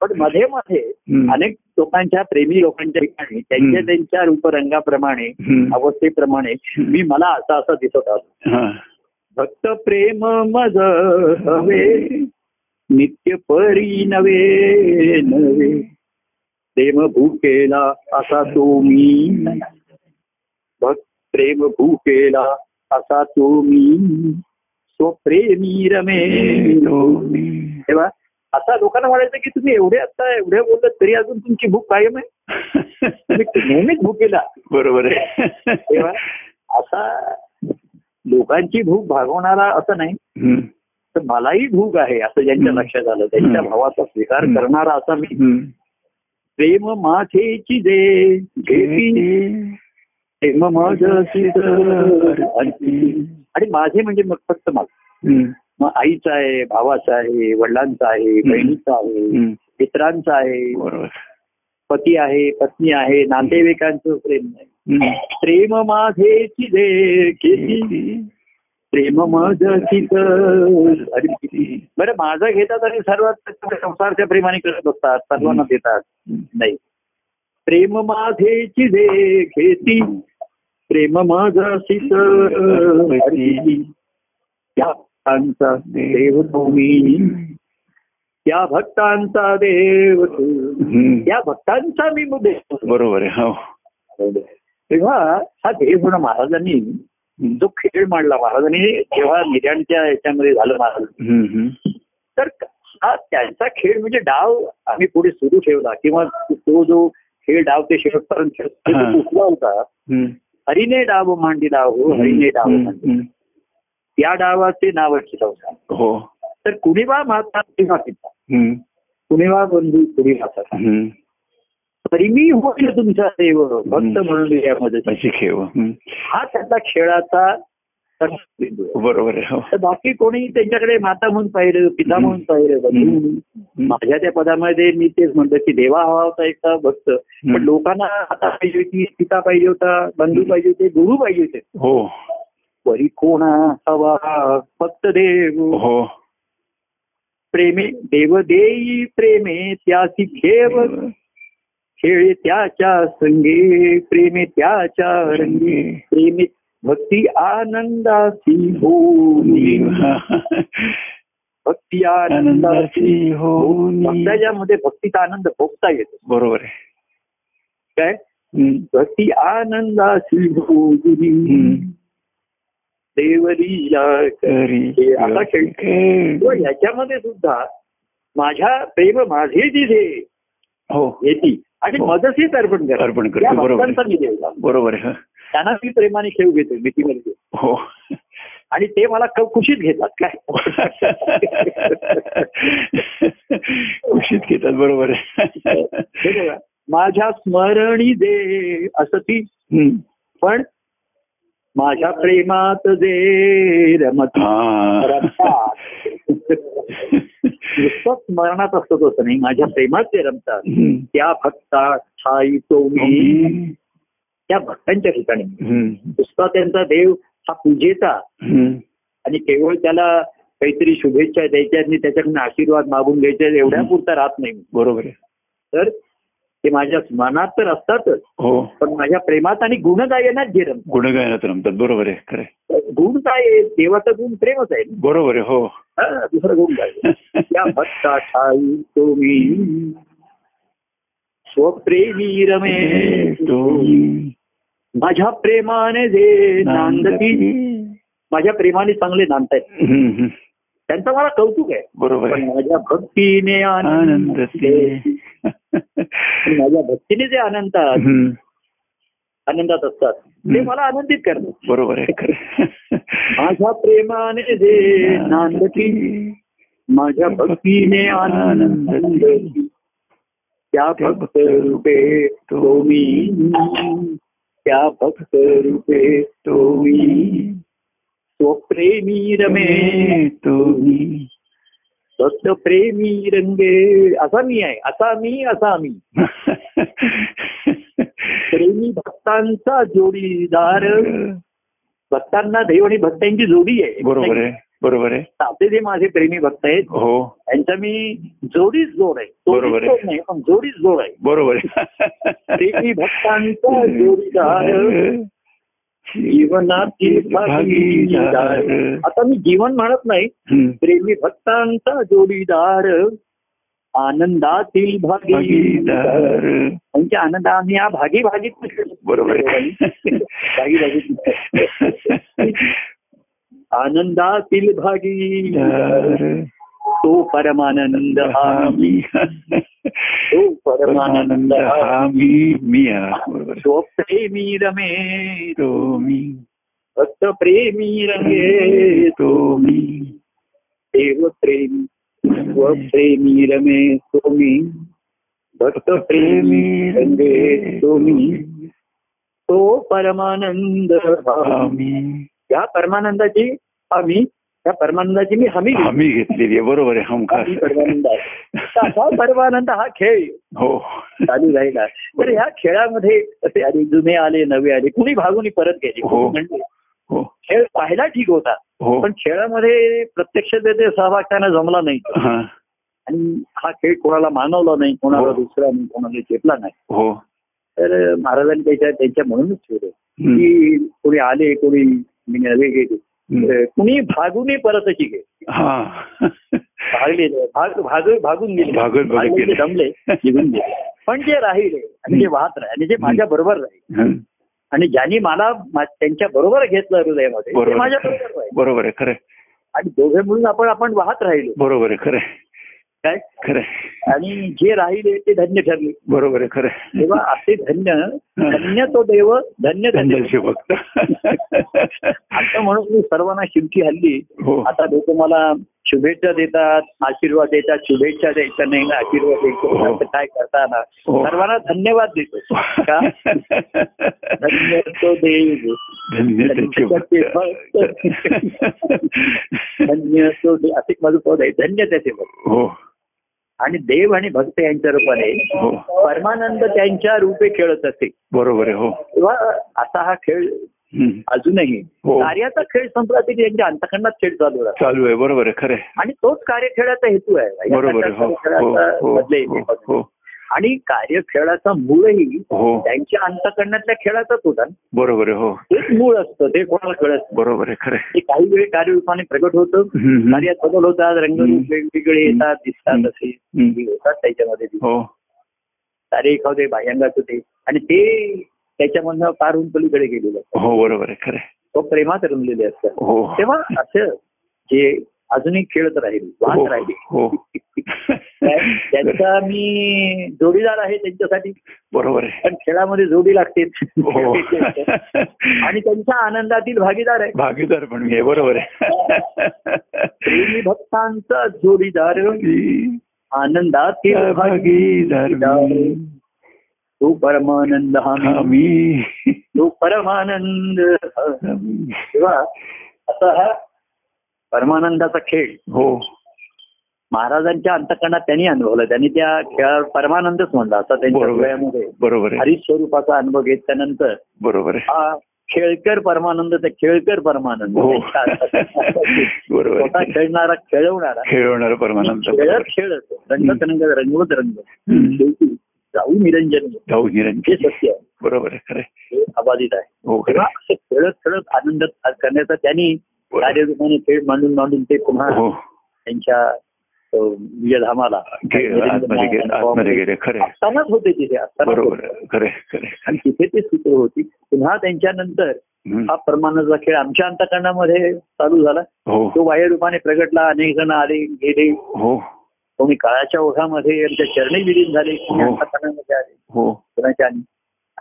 S3: पण मध्ये मध्ये
S2: हम्म.
S3: अनेक लोकांच्या प्रेमी लोकांच्या ठिकाणी त्यांच्या
S2: हम्म.
S3: त्यांच्या रूपरंगाप्रमाणे
S2: हम्म.
S3: अवस्थेप्रमाणे मी मला असा असा दिसत आलो
S2: हा.
S3: भक्त प्रेम मज हवे नित्य परी नवे नवे प्रेम भूकेला असा तो मी भक्त प्रेम भूकेला असा तो मी स्वप्रेमी रमे तेव्हा आता लोकांना म्हणायचं की तुम्ही एवढे आता एवढे बोललात तरी अजून तुमची भूक कायम आहे तुम्ही नेहमीच भूकेला
S2: बरोबर आहे
S3: तेव्हा असा लोकांची भूक भागवणारा असं नाही
S2: हम्म.
S3: तर मलाही भूक आहे असं ज्यांच्या
S2: हम्म.
S3: लक्षात आलं त्यांच्या
S2: हम्म.
S3: भावाचा स्वीकार
S2: हम्म.
S3: करणारा असा मी
S2: हम्म.
S3: प्रेम माथेची दे घेती प्रेम माझं शिर अंती. आणि माझे म्हणजे मग फक्त मला
S2: हम्म.
S3: मग आईचा आहे भावाचा आहे वडिलांचा आहे
S2: हम्म.
S3: बहिणीचा आहे
S2: हम्म.
S3: मित्रांचा आहे
S2: बरोबर
S3: पती आहे पत्नी आहे नातेवाईकांचं प्रेम नाही
S2: हम्म.
S3: प्रेम माझेची दे घेती प्रेम माझं चित आणि बरं माझं घेतात आणि सर्वात संसारच्या प्रेमाने करत असतात सर्वांना
S2: हम्म.
S3: देतात नाही प्रेम माझेची दे घेती प्रेम माझा सीत हरती. त्या भक्तांचा देव तो मी त्या भक्तांचा देव तू.
S2: हम्म.
S3: त्या भक्तांचा मी देव
S2: बरोबर आहे हो
S3: तेव्हा हा देव म्हणून महाराजांनी जो खेळ मांडला महाराजांनी तेव्हा निर्याणच्या याच्यामध्ये झालं महाराज
S2: हम्म. हम्म.
S3: तर हा त्यांचा खेळ म्हणजे डाव आम्ही पुढे सुरू ठेवला किंवा तो जो खेळ डाव ते शेवटपर्यंत खेळ- तो
S2: हा.
S3: उचला होता
S2: हम्म.
S3: हरीने डाव मांडी डाव हो हरीने डाव
S2: हम्म.
S3: मांडी
S2: हम्म.
S3: त्या डावाचे नाव संसार
S2: हो
S3: तर कुणीवा माता कुणीवा पिता
S2: हम्म.
S3: कुणीवा बंधू कुणी माता
S2: हम्म.
S3: तरी मी होईल तुमचा देव भक्त
S2: हम्म.
S3: म्हणून यामध्ये
S2: अशी खेळ हम्म.
S3: हा त्याचा खेळाचा संकेत आहे.
S2: बरोबर आहे हो
S3: तर बाकी कोणी त्यांच्याकडे माता म्हणून पाहिलं पिता म्हणून पाहिलं बंधू
S2: हम्म.
S3: म्हणून माझ्या त्या पदामध्ये मी तेच म्हणतो की देवा हवा होता एक भक्त पण
S2: हम्म.
S3: लोकांना आता पाहिजे होती पिता पाहिजे होता बंधू पाहिजे होते गुरु पाहिजे होते
S2: हो
S3: वरी कोणा हवा फक्त देव
S2: हो
S3: प्रेमे देव देई प्रेमे त्याची खेव खेळे त्याच्या संगे प्रेमे त्याच्या रंगे प्रेमे भक्ती आनंदाची हो भक्ती आनंदाची
S2: आनंदाची हो
S3: भक्ताच्या मध्ये भक्तीचा आनंद भोगता येतो
S2: बरोबर आहे
S3: काय
S2: हम्म.
S3: भक्ती आनंदाची भोगिनी
S2: हम्म.
S3: देवलीला
S2: तरी
S3: हे आता खेळ तो याच्यामध्ये सुद्धा माझ्या प्रेम माझे जिथे
S2: हो
S3: येती आणि
S2: हो.
S3: मदसीच अर्पण करा
S2: अर्पण करतो,
S3: त्या
S2: बरोबर.
S3: भक्तांचा मी देव झालो.
S2: बरोबर आहे हं.
S3: त्यांना मी प्रेमाने खेळ घेतो भीतीमध्ये घेतो.
S2: हो
S3: आणि ते मला क- खुशीत घेतात काय
S2: खुशीत घेतात बरोबर आहे
S3: हे बघा माझ्या स्मरणी दे असती
S2: हम्म.
S3: पण माझ्या प्रेमात दे रमत
S2: हा.
S3: रमतात नुसतं स्मरणात असतो तसं नाही माझ्या प्रेमात ते रमतात
S2: हम्म.
S3: त्या भक्ता छाई तो मी त्या भक्तांच्या ठिकाणी
S2: हम्म.
S3: नुसता त्यांचा देव हा पूजेचा
S2: हम्म.
S3: आणि केवळ त्याला काहीतरी शुभेच्छा द्यायच्या आणि त्याच्याकडून आशीर्वाद मागून घ्यायचे एवढ्या पुरता राहत नाही
S2: बरोबर आहे
S3: तर ते माझ्या मनात तर असतातच
S2: हो
S3: पण माझ्या प्रेमात आणि गुणगायनात जे रमतात
S2: गुणगायनात रमतात बरोबर आहे खरं आहे.
S3: गुण काय आहे? देवाचा गुण प्रेमच आहे ना.
S2: बरोबर आहे हो
S3: हा, दुसरा गुण काय आहे? त्या भक्ता छाई तो मी स्वप्रेमी रमेश
S2: तो
S3: माझ्या प्रेमाने जे नांदती माझ्या प्रेमाने चांगले नांदतायत
S2: हम्म, हम्म.
S3: त्यांचं मला कौतुक आहे
S2: बरोबर
S3: पण
S2: आहे.
S3: माझ्या भक्तीने आनंद
S2: आनंदते
S3: आणि माझ्या भक्तीने जे आनंदात
S2: हम्म,
S3: आनंदात असतात ते मला आनंदित करतात
S2: बरोबर आहे खरं
S3: माझ्या प्रेमाने जे नांदती माझ्या भक्तीने आनंद त्या भक्त रूपे तो मी त्या भक्त रूपे
S2: तो मी
S3: स्वप्रेमी रमे
S2: तो मी
S3: भक्त प्रेमी रंगे असा मी आहे असा मी असा मी प्रेमी भक्तांचा जोडीदार भक्तांना देव आणि भक्तांची जोडी आहे
S2: बरोबर आहे बरोबर आहे
S3: आपले जे माझे प्रेमी भक्त आहेत
S2: हो
S3: त्यांचा मी जोडीच जोड आहे
S2: बरोबर आहे.
S3: जोडीच जोड नाही पण जोडीच जोड आहे
S2: बरोबर आहे
S3: प्रेमी भक्तांचा जोडीदार जीवनातील भागीदार आता मी जीवन म्हणत नाही
S2: हम्म.
S3: प्रेमी भक्तांचा जोडीदार आनंदातील भागीदार
S2: भागीदार
S3: म्हणजे आनंद आम्ही या भागी भागीत
S2: बरोबर आहे
S3: भागी भागीत आनंदातील भागी तो परमानंद हा मी
S2: आम्ही
S3: तो परमानंद हा
S2: आम्ही मी आहे. बरोबर आहे.
S3: तो प्रेमी रमे
S2: तो मी
S3: भक्त प्रेमी रमे
S2: तो मी
S3: देव प्रेमी स्वप्रेमी रमे तो मी भक्त प्रेमी रंगे तो मी तो परमानंद हा.
S2: आम्ही
S3: या परमानंदाची आम्ही या परमानंदाची मी हमी घेतो.
S2: हमी घेतलेली आहे बरोबर आहे हमखास
S3: आम्ही परमानंद आहे असा परमानंद हा खेळ
S2: हो
S3: चालू राहिला तर ह्या खेळामध्ये असे आले जुने आले नवे आले कुणी भागून परत गेले
S2: हो.
S3: कोणी म्हणजे
S2: हो
S3: खेळ पाहायला ठीक होता
S2: हो
S3: पण खेळामध्ये प्रत्यक्ष त्याचे सहभाग त्यांना जमला नाही
S2: हा
S3: आणि हा खेळ कोणाला मानवला नाही कोणाला
S2: हो.
S3: दुसरा नाही कोणाला चेपला नाही
S2: हो
S3: तर महाराजांनी त्याच्या त्यांच्या म्हणूनच ठेवलं
S2: हम्म.
S3: की कोणी आले कोणी मी नवे गेले
S2: हम्म.
S3: तर कुणी भागून परतची गे
S2: हा
S3: भागले नाही. भाग भाग भागून गेले
S2: भागून- भागून
S3: भागले
S2: गेले.
S3: ते जमले निघून गेले पण जे राहिले आणि जे वाहत राहिले आणि जे माझ्या बरोबर राहिले
S2: हम्म.
S3: आणि ज्यांनी मला मा- त्यांच्या बरोबर घेतलं हृदयामध्ये ते
S2: बरोबर
S3: माझ्या
S2: आहे.
S3: बरोबर राहिले
S2: बरोबर आहे खरं आहे.
S3: आणि दोघे मिळून आपण आपण वाहत राहिलो
S2: बरोबर आहे खरं आहे.
S3: काय
S2: खरं आहे.
S3: आणि जे राहिले ते धन्य ठरले
S2: बरोबर आहे खरं आहे.
S3: तेव्हा असे धन्य धन्य तो देव धन्य धन्य
S2: धन्य भक्त
S3: आता म्हणून मी सर्वांना शिवकी हल्ली
S2: हो
S3: आता लोक मला शुभेच्छा देतात आशीर्वाद देतात शुभेच्छा द्यायच्या नाही ना आशीर्वाद द्यायचे
S2: हो.
S3: असं काय करताना
S2: हो.
S3: सर्वांना धन्यवाद देतो का धन्य तो देव
S2: धन्य त्यांचे भक्त
S3: धन्य तो देव असे माझं पद आहे धन्य त्याचे पद
S2: हो
S3: आणि देव आणि भक्त यांच्या रूपाने
S2: हो
S3: परमानंद त्यांच्या रूपे खेळत असे
S2: बरोबर आहे हो
S3: तेव्हा असा हा खेळ
S2: हम्म.
S3: अजूनही
S2: हो.
S3: कार्याचा खेळ संपला तरी त्यांच्या अंतखंडात खेळ चालू राहतो
S2: चालू आहे बरोबर आहे खरं आहे.
S3: आणि तोच कार्यखेळाचा हेतू आहे या
S2: बरोबर आहे हो
S3: कार्य
S2: हो
S3: खेळाचा
S2: हो
S3: बदले हे
S2: हो,
S3: बघा.
S2: हो
S3: आणि कार्यखेळाचा मूळही
S2: हो
S3: त्यांच्या अंतकरणातल्या खेळाचाच होता ना.
S2: बरोबर आहे हो
S3: तेच मूळ असतं ते कोणाला कळत नाही.
S2: बरोबर आहे खरं आहे.
S3: ते काही वेळ कार्यरूपाने प्रगट होतं
S2: हम्म, हम्म.
S3: कार्यात बदल होतात रंगरूप वेगवेगळे येतात दिसतात
S2: हम्म.
S3: असे
S2: हम्म.
S3: हे होतात त्याच्यामध्ये
S2: हो
S3: सारे एखादे बाह्यांगात होते आणि ते त्याच्यामधनं पारून पलीकडे गेलेले असतात
S2: हो बरोबर आहे खरं आहे.
S3: तो प्रेमात रमलेले असतात
S2: हो
S3: तेव्हा असं जे अजूनही खेळत राहील वाहत
S2: हो,
S3: राहील
S2: हो
S3: त्यांचा मी जोडीदार आहे त्यांच्यासाठी
S2: बरोबर आहे
S3: पण खेळामध्ये जोडी लागते
S2: हो
S3: आणि त्यांच्या आनंदातील भागीदार आहे
S2: भागीदार पण मी आहे बरोबर
S3: प्रेमी
S2: आहे
S3: भक्तांचा जोडीदार आनंदातील भागी
S2: भागीदार मी,
S3: तो परमानंद हा मी.
S2: आम्ही
S3: तो परमानंद हा. तेव्हा असा हा परमानंदाचा खेळ
S2: हो
S3: महाराजांच्या अंतकरणात त्यांनी अनुभवला त्यांनी त्या खेळावर परमानंदच म्हणला असा त्यांच्या
S2: बरोबर.
S3: हृदयामध्ये
S2: बरोबर आहे
S3: हरिस्वरूपाचा अनुभव घेतल्यानंतर
S2: बरोबर आहे
S3: हा खेळकर परमानंद ते खेळकर परमानंद
S2: हो बरोबर
S3: स्वतः
S2: आहे.
S3: खेळणारा खेळवणारा
S2: खेळवणार परमानंद
S3: खेळत खेळत रंगत रंगत रंगवत रंगत
S2: हम्म.
S3: शेवटी जाऊ निरंजन
S2: जाऊ
S3: हे
S2: निरंजन
S3: सत्य आहे
S2: बरोबर आहे खरं आहे.
S3: हे अबाधित आहे
S2: हो खरं
S3: तेव्हा
S2: आहे.
S3: असं खेळत खेळत आनंद करण्याचा त्यांनी
S2: बरोबर.
S3: कार्यरूपाने खेळ मांडून मांडून ते पुन्हा
S2: हो
S3: त्यांच्या विजयधामाला
S2: गे- आतमध्ये गे- आतमध्ये गेले खरं आहे.
S3: असतानाच होते तिथे असतानाच
S2: बरोबर
S3: होते.
S2: खरे खरे
S3: आणि तिथे ती सूत्र होती पुन्हा त्यांच्यानंतर हा परमानंदचा खेळ आमच्या अंतकरणामध्ये चालू झाला
S2: हो
S3: तो बाह्य रूपाने प्रगटला अनेक जण आले गेले
S2: हो
S3: कोणी काळाच्या ओघामध्ये आमच्या चरणी विलीन झाले कोणी
S2: हो.
S3: अंतकरणामध्ये आले
S2: हो
S3: कोणाच्या आणि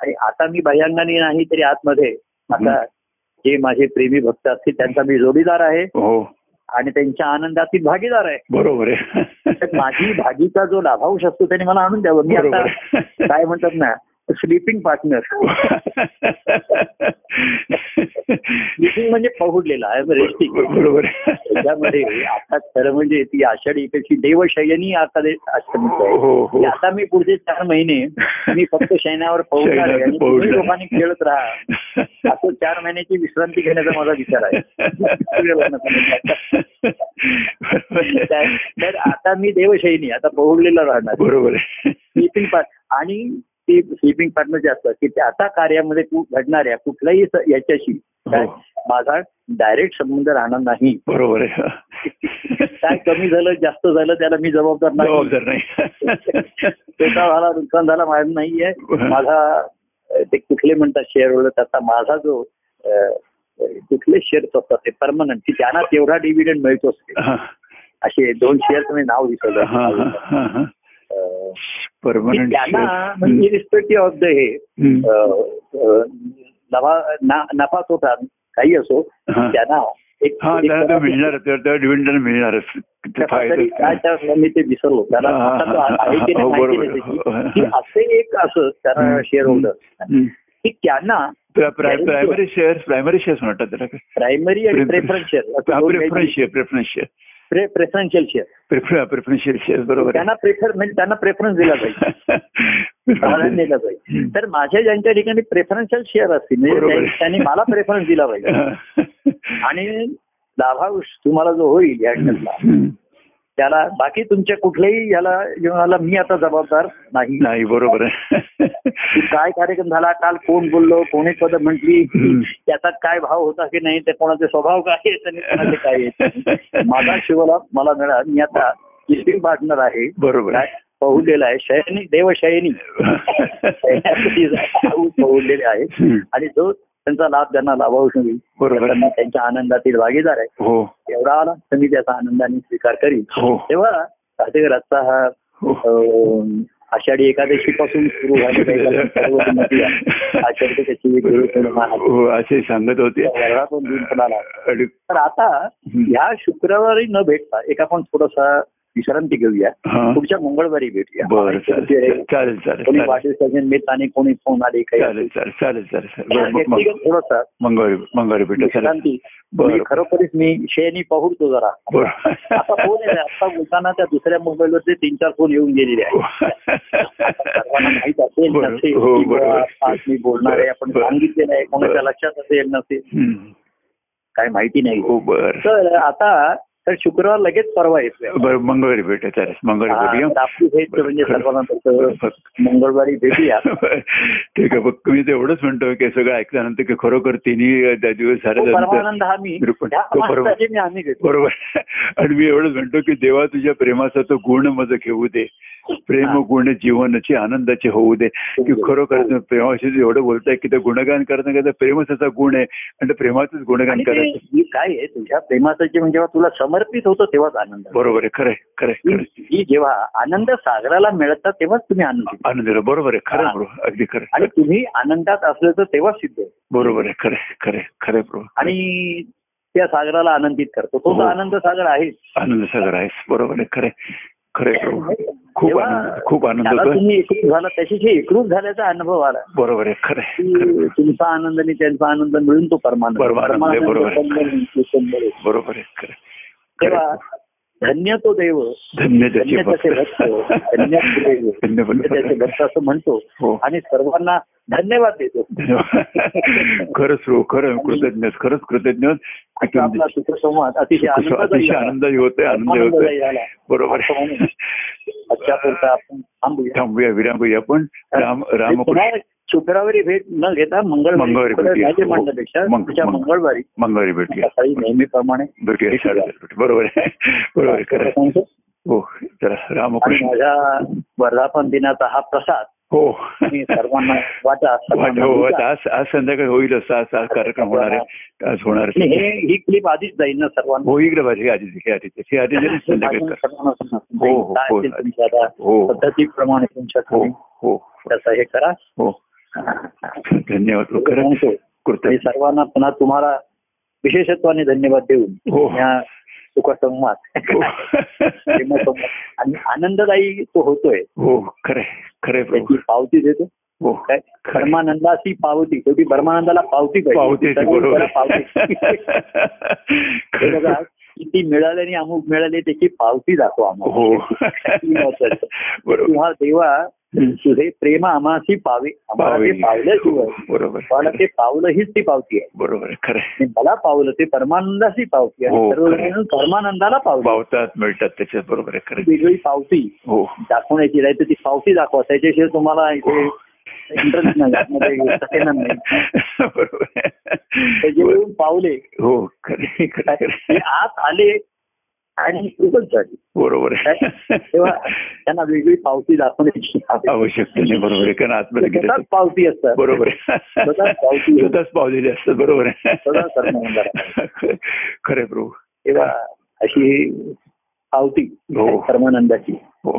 S3: आणि आता मी बाह्यांगाने नाही तरी आतमध्ये आता
S2: हं.
S3: जे माझे प्रेमी भक्त असतील त्यांचा मी जोडीदार आहे
S2: हो
S3: आणि त्यांच्या आनंदातील भागीदार आहे
S2: बरोबर आहे
S3: तर माझी भागीचा जो लाभांश असतो त्याने मला आणून द्यावं मी आता
S2: बरोबर
S3: काय म्हणतात ना स्लीपिंग पार्टनर स्लीपिंग म्हणजे पहुडलेला आहे रेस्टिंग
S2: बरोबर
S3: त्याच्यामध्ये आता खरं म्हणजे ती आषाढी एकादशी देवशयनी आता दे- अष्टमी आहे
S2: हो हो
S3: की आता मी पुढचे चार महिने मी फक्त शयनावर पोहोचणार आहे आणि
S2: शरीरात
S3: तुम्ही
S2: पहुडलं.
S3: लोकांनी खेळत राहा असं चार महिन्याची विश्रांती घेण्याचा माझा विचार आहे तर- तर आता मी देवशैनी आता पोहोडलेला राहणार
S2: बरोबर आहे
S3: स्लीपिंग पार्ट आणि ते स्लीपिंग पार्टनर जे असतात की त्या आता कार्यामध्ये कु- घडणाऱ्या कुठल्याही स- याच्याशी काय
S2: हो.
S3: माझा डायरेक्ट संबंध राहणार नाही
S2: बरोबर आहे
S3: काय कमी झालं जास्त झालं त्याला मी जबाबदार नाही
S2: जबाबदार नाही
S3: तोटा झाला नुकसान झाला माझा नाहीये
S2: हा.
S3: माझा अ, ते कुठले म्हणतात शेअर होल्डर त्याचा माझा जो अ, अ, कुठले शेअर्स असतात ते परमनंट की त्यांना तेवढा डिव्हिडंड मिळतो असते
S2: हा,
S3: असे दोन शेअर्स मी नाव विसरलं
S2: हा, हा, हा, हा.
S3: अ, की
S2: परमनंट
S3: त्यांना
S2: शेअर.
S3: म्हणजे रिस्पेक्टिव्ह ऑफ द हे
S2: हम्म.
S3: अ, अ, नफा ना- नफा तोटा काही असो
S2: हा.
S3: त्यांना एक
S2: हा
S3: एक
S2: त्यांना तो मिळणार त्या डिव्हिडंड मिळणारच ते
S3: त्याचा तरी काय
S2: फायदा
S3: त्या वेळेला मी ते विसरलो त्याला
S2: हा, हा,
S3: आता तो
S2: हा,
S3: आहे की नाही
S2: हो,
S3: माहिती
S2: बरोबर.
S3: नाही त्याची.
S2: हो, हो,
S3: की
S2: हा.
S3: असे एक असं त्यांना शेअर होल्डर
S2: हम्म.
S3: की त्यांना
S2: प्रा- प्रा- प्रायमरी शेअर्स प्रायमरी शेअर्स म्हणतात त्याला काय?
S3: प्रायमरी आणि प्रेफरन्स
S2: हा,
S3: share
S2: preference share preference share
S3: preferential share
S2: prefer preferential shares बरोबर आहे.
S3: त्यांना प्रेफर म्हणजे त्यांना प्रेफरन्स दिला जाईल प्राधान्य
S2: Preferential.
S3: दिलं जाईल तर माझ्या ज्यांच्या ठिकाणी प्रेफरन्शियल शेअर असतील म्हणजे
S2: बरोबर.
S3: त्या- त्यांनी मला प्रेफरन्स दिला पाहिजे
S2: हा.
S3: आणि लाभांश तुम्हाला जो होईल याच्यातला
S2: हम्म.
S3: त्याला बाकी तुमच्या कुठल्याही याला जीवनाला मी आता जबाबदार नाही
S2: नाही बरोबर आहे
S3: की काय कार्यक्रम झाला काल कोण बोललो कोणी पद म्हटली
S2: हम्म.
S3: त्याचा काय भाव होता की नाही ते कोणाचे स्वभाव काय आहेत आणि कोणाचे काय आहेत माझा शिवला मला मिळा मी आता किसिंग पार्टनर आहे
S2: बरोबर
S3: काय पहुलेला आहे शयनी देवशयनी पहुलेले आहे
S2: हम्म.
S3: आणि जो त्यांचा लाभ त्यांना लाभावू शकेल
S2: बरोबर
S3: त्यांना त्यांच्या आनंदातील भागीदार आहे
S2: हो
S3: एवढा आला तर मी त्याचा आनंदाने स्वीकार करीन
S2: हो
S3: तेव्हा राजगराचा हा
S2: हो
S3: अं, आषाढी एकादशी पासून सुरू झाली आषाढी त्याची
S2: हो, असे सांगत होते
S3: वर्धापन दिन पण आला.
S2: आणि-
S3: तर आता ह्या शुक्रवारी न भेटता एक आपण थोडासा विश्रांती घेऊया
S2: हा.
S3: पुढच्या मंगळवारी भेटूया
S2: बरं
S3: आणि
S2: चालेल
S3: ते-
S2: चालेल चालेल
S3: कोणी
S2: चालेल
S3: वाढदिवसाच्या निमित्ताने कोणी फोन आले काही
S2: चालेल चालेल चालेल चालेल
S3: असेल.
S2: चालेल बरं, मग-
S3: व्यक्तिगत थोडासा
S2: मंगळवारी मंगळवारी भेटू चालेल
S3: विश्रांती
S2: बरं.
S3: म्हणजे खरोखरच मी शेनी पाहुरतो जरा आता फोन
S2: बरं
S3: येते आता बोलताना त्या दुसऱ्या मोबाईलवरचे तीन चार फोन येऊन गेलेले आहेत सर्वांना माहित असेल
S2: बरं,
S3: नसेल
S2: हो,
S3: किंवा
S2: बरोबर.
S3: आज मी बोलणार आहे आपण
S2: बरं.
S3: सांगितलेलं आहे कोणाच्या
S2: बरं.
S3: लक्षात असेल नसेल
S2: हम्म.
S3: काय माहिती नाही
S2: हो बर
S3: तर आता तर शुक्रवार लगेच परवा येतोय
S2: बरं मंगळवारी भेटू चालेल
S3: हा,
S2: मंगळवारी
S3: तर
S2: भेटूया
S3: आपली भेट म्हणजे सर्वांना तसं
S2: बरं.
S3: मंगळवारी भेटूया
S2: ठीक आहे फक्त मी तेवढंच म्हणतो की सगळं ऐकल्यानंतर की खरोखर तिन्ही त्या दिवस
S3: तो
S2: झाल्यानंतर
S3: हो, परमानंद हा मी
S2: निरूपण.
S3: ह्या
S2: तो परवा-
S3: माणसाची मी आम्ही घेतो
S2: बरोबर आणि मी एवढंच म्हणतो की देवा तुझ्या प्रेमाचा तो गुण मज घेऊ दे प्रेम
S3: हा. हो,
S2: गुण जीवनाचे आनंदाचे होऊ दे की खरोखर तुम्ही प्रेमाशी जे एवढं बोलताय की ते गुणगान करत नाही प्रेमच त्याचा गुण आहे आणि त्या प्रेमाचंच गुणगान
S3: आणि ते
S2: करायचं
S3: ही काय आहे तुझ्या प्रेमाचं जे म्हणजे जेव्हा तुला समर्पित होतं तेव्हाच आनंद होतो.
S2: बरोबर आहे खरंय खरंय खरंय.
S3: ही- ही जेव्हा आनंद सागराला मिळतात तेव्हाच तुम्ही आनंद होता.
S2: आनंद आहे. बरोबर आहे खरं आहे,
S3: हा.
S2: बरोबर अगदी खरं
S3: आणि तुम्ही आनंदात असलं तर तेव्हाच सिद्ध होतं.
S2: बरोबर आहे खरं आहे, खरं आहे, खरं आहे, प्रभू
S3: आणि त्या सागराला आनंदित करतो तो तर
S2: हो.
S3: आनंद सागर आहेच
S2: आनंद सागर आहेस बरोबर आहे खरं आहे, खरं आहे, प्रभू खूप
S3: तेव्हा
S2: आनंद खूप आनंद
S3: त्याला
S2: होतो
S3: तुम्ही एकरूप झाला त्याच्याशी एकरूप झाल्याचा अनुभव आला
S2: बरोबर आहे खरं आहे, खरं आहे.
S3: की तुमचा आनंद आणि त्यांचा आनंद मिळून तो परमानंद
S2: परमानंद,
S3: परमानंद
S2: बरोबर.
S3: एकंदरीत- एकंदरीत.
S2: बरोबर आहे खरं आहे. खरं
S3: तेव्हा
S2: आहे.
S3: धन्य तो देव
S2: धन्य त्याचे
S3: धन्य
S2: भक्त धन्य
S3: त्याचे भक्त धन्य तो देव धन्य त्याचे
S2: भक्त.
S3: भक्त असं म्हणतो
S2: हो.
S3: आणि सर्वांना धन्यवाद देतो
S2: धन्यवाद. खरंच रो खरं कृतज्ञ खरंच कृतज्ञ
S3: आजचा आपला सुखसंवाद अतिशय आनंदाचाही
S2: अतिशय
S3: झाला.
S2: आनंदाची होते आनंद
S3: आनंदाचाही
S2: होतोय
S3: झाला. हो,
S2: बरोबर
S3: असं म्हणून आजच्यापुरता आपण थांबूया
S2: थांबूया विरामूया आपण राम रामकृष्ण
S3: पुन्हा शुक्रवारी भेट न घेता मंगळवारी
S2: मंगळवारी
S3: पुढे
S2: भेटूया.
S3: राजे
S2: हो.
S3: म्हणण्यापेक्षा
S2: मंग-
S3: पुढच्या
S2: मंग-
S3: मंगळवारी
S2: मंगळवारी भेटूया
S3: सकाळी नेहमीप्रमाणे
S2: भेटूया साडेसात भेटू. बरोबर आहे बरोबर आहे खरं आहे.
S3: सांगतो.
S2: हो तर
S3: आणि
S2: रामकृष्ण
S3: माझ्या वर्धापन दिनाचा हा प्रसाद
S2: हो
S3: मी सर्वांना वाटा
S2: वाट- हो,
S3: सर्वांना
S2: आता आज आज संध्याकाळी होईल असं आज आज कार्यक्रम होणार आहे आज होणार
S3: आणि हे ही क्लिप आधीच जाईल ना सर्वांना
S2: हो इकडे बघ हे आधी हे आधी हे आधी जरी संध्याकाळी कर.
S3: सर्वांना समजेल.
S2: हो, हो,
S3: काय
S2: हो.
S3: असेल तुमच्या आता
S2: हो.
S3: पद्धतीप्रमाणे तुमच्या
S2: हो
S3: तुम्ही
S2: हो
S3: त्याचं हे करा
S2: हो धन्यवाद हो, खरंच
S3: आणि
S2: कृतज्ञ
S3: सर्वांना पुन्हा तुम्हाला विशेषत्वाने धन्यवाद
S2: हो.
S3: देऊन या सुखसंवाद
S2: हो.
S3: प्रेमसंवाद. आणि आनंददायी तो होतोय
S2: हो खरे खरे
S3: त्याची
S2: प्रभू
S3: पावती देतो
S2: हो
S3: काय
S2: खरे
S3: कर्मानंदाची पावती शेवटी ब्रह्मानंदाला पावती पाहिजे.
S2: पावते
S3: त्याला
S2: बरोबर हो.
S3: पावती हे बघा, किती मिळाले आणि अमुक मिळाले त्याची पावती दाखवा आम्हाला
S2: हो बरोबर
S3: किंवा देवा तुझे प्रेम आम्हाशी पावे आम्हाला ते
S2: पावेल.
S3: पावल्याशिवाय
S2: बरोबर
S3: मला ते पावलं हीच ती पावती आहे
S2: बरोबर खरं
S3: आणि मला पावलं ते परमानंदाशी पावती आणि
S2: हो, खरं.
S3: सर्वजण परमानंदाला पावलं
S2: भावतात मिळतात त्याच्यात बरोबर आहे खरं
S3: वेगळी पावती
S2: हो
S3: दाखवण्याची नाही तर ती पावती दाखवा त्याच्याशिवाय तुम्हाला इथे इंटरेस्ट नाही यामध्ये येणार नाही
S2: बरोबर
S3: ते जे
S2: बरं.
S3: येऊन पावले
S2: हो खरे खरे
S3: ते
S2: खरे
S3: आत आले आणि खूपच झाली
S2: बरोबर
S3: काय? तेव्हा त्यांना वेगळी पावती दाखवण्याची
S2: आवश्यकता नाही तो बरोबर आहे कारण आतमध्ये गेलं
S3: स्वतःच पावती असतात
S2: तो- बरोबर आहे.
S3: स्वतःच पावती.
S2: स्वतःच पावलेले असतात बरोबर आहे
S3: स्वतःच कर्मबंधारा.
S2: खरे प्रभू
S3: तेव्हा अशी पावती
S2: हो.
S3: कर्मानंदाची
S2: हो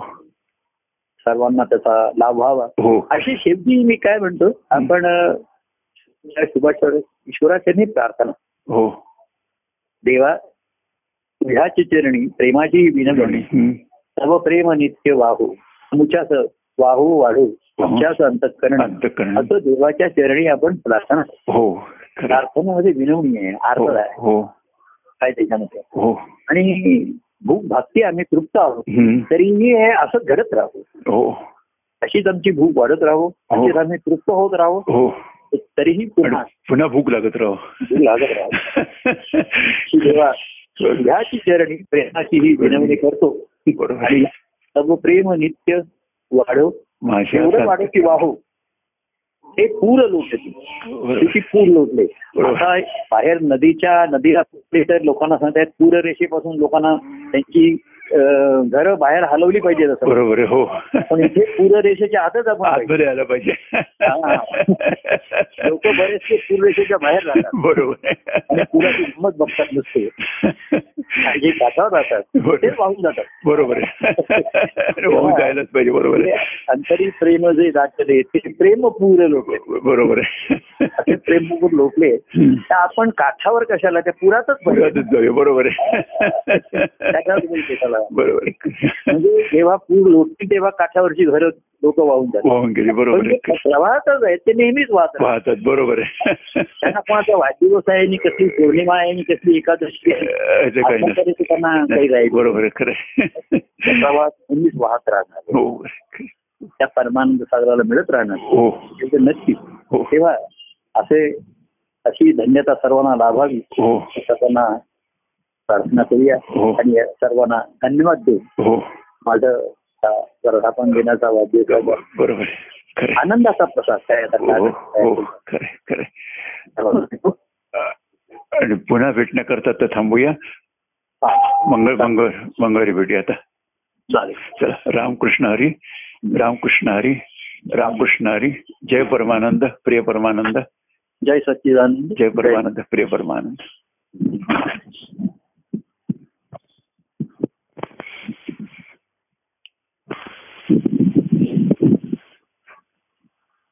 S3: सर्वांना त्याचा लाभ व्हावा
S2: हो
S3: अशी शेवटी मी काय म्हणतो आपण अ, या शुभाच्या ईश्वराचरणी प्रार्थना
S2: हो
S3: देवा तुझ्याची चरणी प्रेमाची ही विनवणी
S2: हम्म.
S3: सर्व प्रेम नित्य वाहू मुच्यास वाहू वाढू मुच्यास अंतकरण
S2: अंतःकरण.
S3: असं देवाच्या चरणी आपण प्रार्थना करतो.
S2: हो खरं.
S3: प्रार्थनेमध्ये विनवणी आहे
S2: हो
S3: अर्थ आहे
S2: हो
S3: काय त्याच्यामध्ये
S2: हो
S3: आणि भूक भागते आम्ही तृप्त आहोत
S2: हम्म.
S3: तरीही हे असंच घडत राहू
S2: हो
S3: अशीच आमची भूक वाढत राहू अशीच आम्ही तृप्त होत राहू
S2: हो
S3: तरीही
S2: आणि
S3: पुन्हा
S2: पुन्हा भूक लागत राह
S3: भूक लागत राहू की देवा ह्याची चरणी प्रेमाची ही विनवणी करतो
S2: बरोबर.
S3: आणि सर्व प्रेम नित्य वाढव
S2: माझ्या
S3: एवढं वाढव की वाहो हे पूर लोटले किती पूर लोटले
S2: बरोबर.
S3: आता बाहेर नदीच्या नदीला फुटले तर लोकांना सांगतात पूर रेषेपासून लोकांना त्यांची घर बाहेर हलवली पाहिजे असं
S2: बरोबर आहे, हो
S3: पण इथे पूर रेषेच्या आतच आपण
S2: आतमध्ये आलं पाहिजे
S3: लोक बरेचसे पूर रेषेच्या बाहेर राहतात
S2: बरोबर आहे.
S3: आणि पुराची हिंमत बघतात नुसते जे काठावर राहतात
S2: बरोबर.
S3: तेच वाहून जातात
S2: बरोबर आहे. अरे वाहून जायलाच पाहिजे बरोबर आहे
S3: म्हणजे अंतरी प्रेम जे दाटले ते प्रेम पूर लोटले
S2: बरोबर आहे
S3: असे प्रेमपूर लोटले
S2: हम्म.
S3: तर आपण काठावर कशाला त्या पुरातच पाहिजे
S2: पुरातच जाऊया बरोबर आहे
S3: त्याच्यावर बोल कशाला
S2: बरोबर आहे.
S3: म्हणजे जेव्हा पूर लोटतील तेव्हा काठावरची घरं लोक वाहून जातात
S2: वाहून गेली
S3: पण
S2: बरोबर
S3: जे
S2: आहे
S3: प्रवाहातच आहेत ते नेहमीच वाहतात
S2: वाहतात बरोबर आहे
S3: त्यांना कोणाचा वाढदिवस आहे आणि कसली पौर्णिमा आहे आणि कसली एकादशी आहे
S2: असं काही
S3: असं तरी ते त्यांना काही
S2: नाही
S3: राहील.
S2: बरोबर आहे खरं आहे.
S3: प्रवाहात नेहमीच वाहत राहणार
S2: हो
S3: त्या परमानंद सागराला मिळत राहणार
S2: हो
S3: एवढं नक्की
S2: हो
S3: तेव्हा असे अशी धन्यता सर्वांना लाभावी
S2: हो
S3: सर्वांना प्रार्थना करूया
S2: हो.
S3: आणि या सर्वांना धन्यवाद देऊ
S2: हो
S3: माझं हा वर्धापन दिनाचा वाढदिवस आहे.
S2: बरोबर आहे. खरं आहे.
S3: आनंदाचा प्रसाद काय आता काय
S2: हो हो
S3: काय-
S2: खरं आहे, खरं आहे.
S3: सर्वांना.
S2: अ, आणि पुन्हा भेटण्याकरता तर थांबूया
S3: हा,
S2: मंगळ मंगळ मंगळवारी भेटूया आता
S3: चालेल
S2: चला रामकृष्ण हरी रामकृष्ण हरी रामकृष्ण हरी जय परमानंद प्रिय परमानंद
S3: जय सच्चिदानंद
S2: जय परमानंद प्रिय परमानंद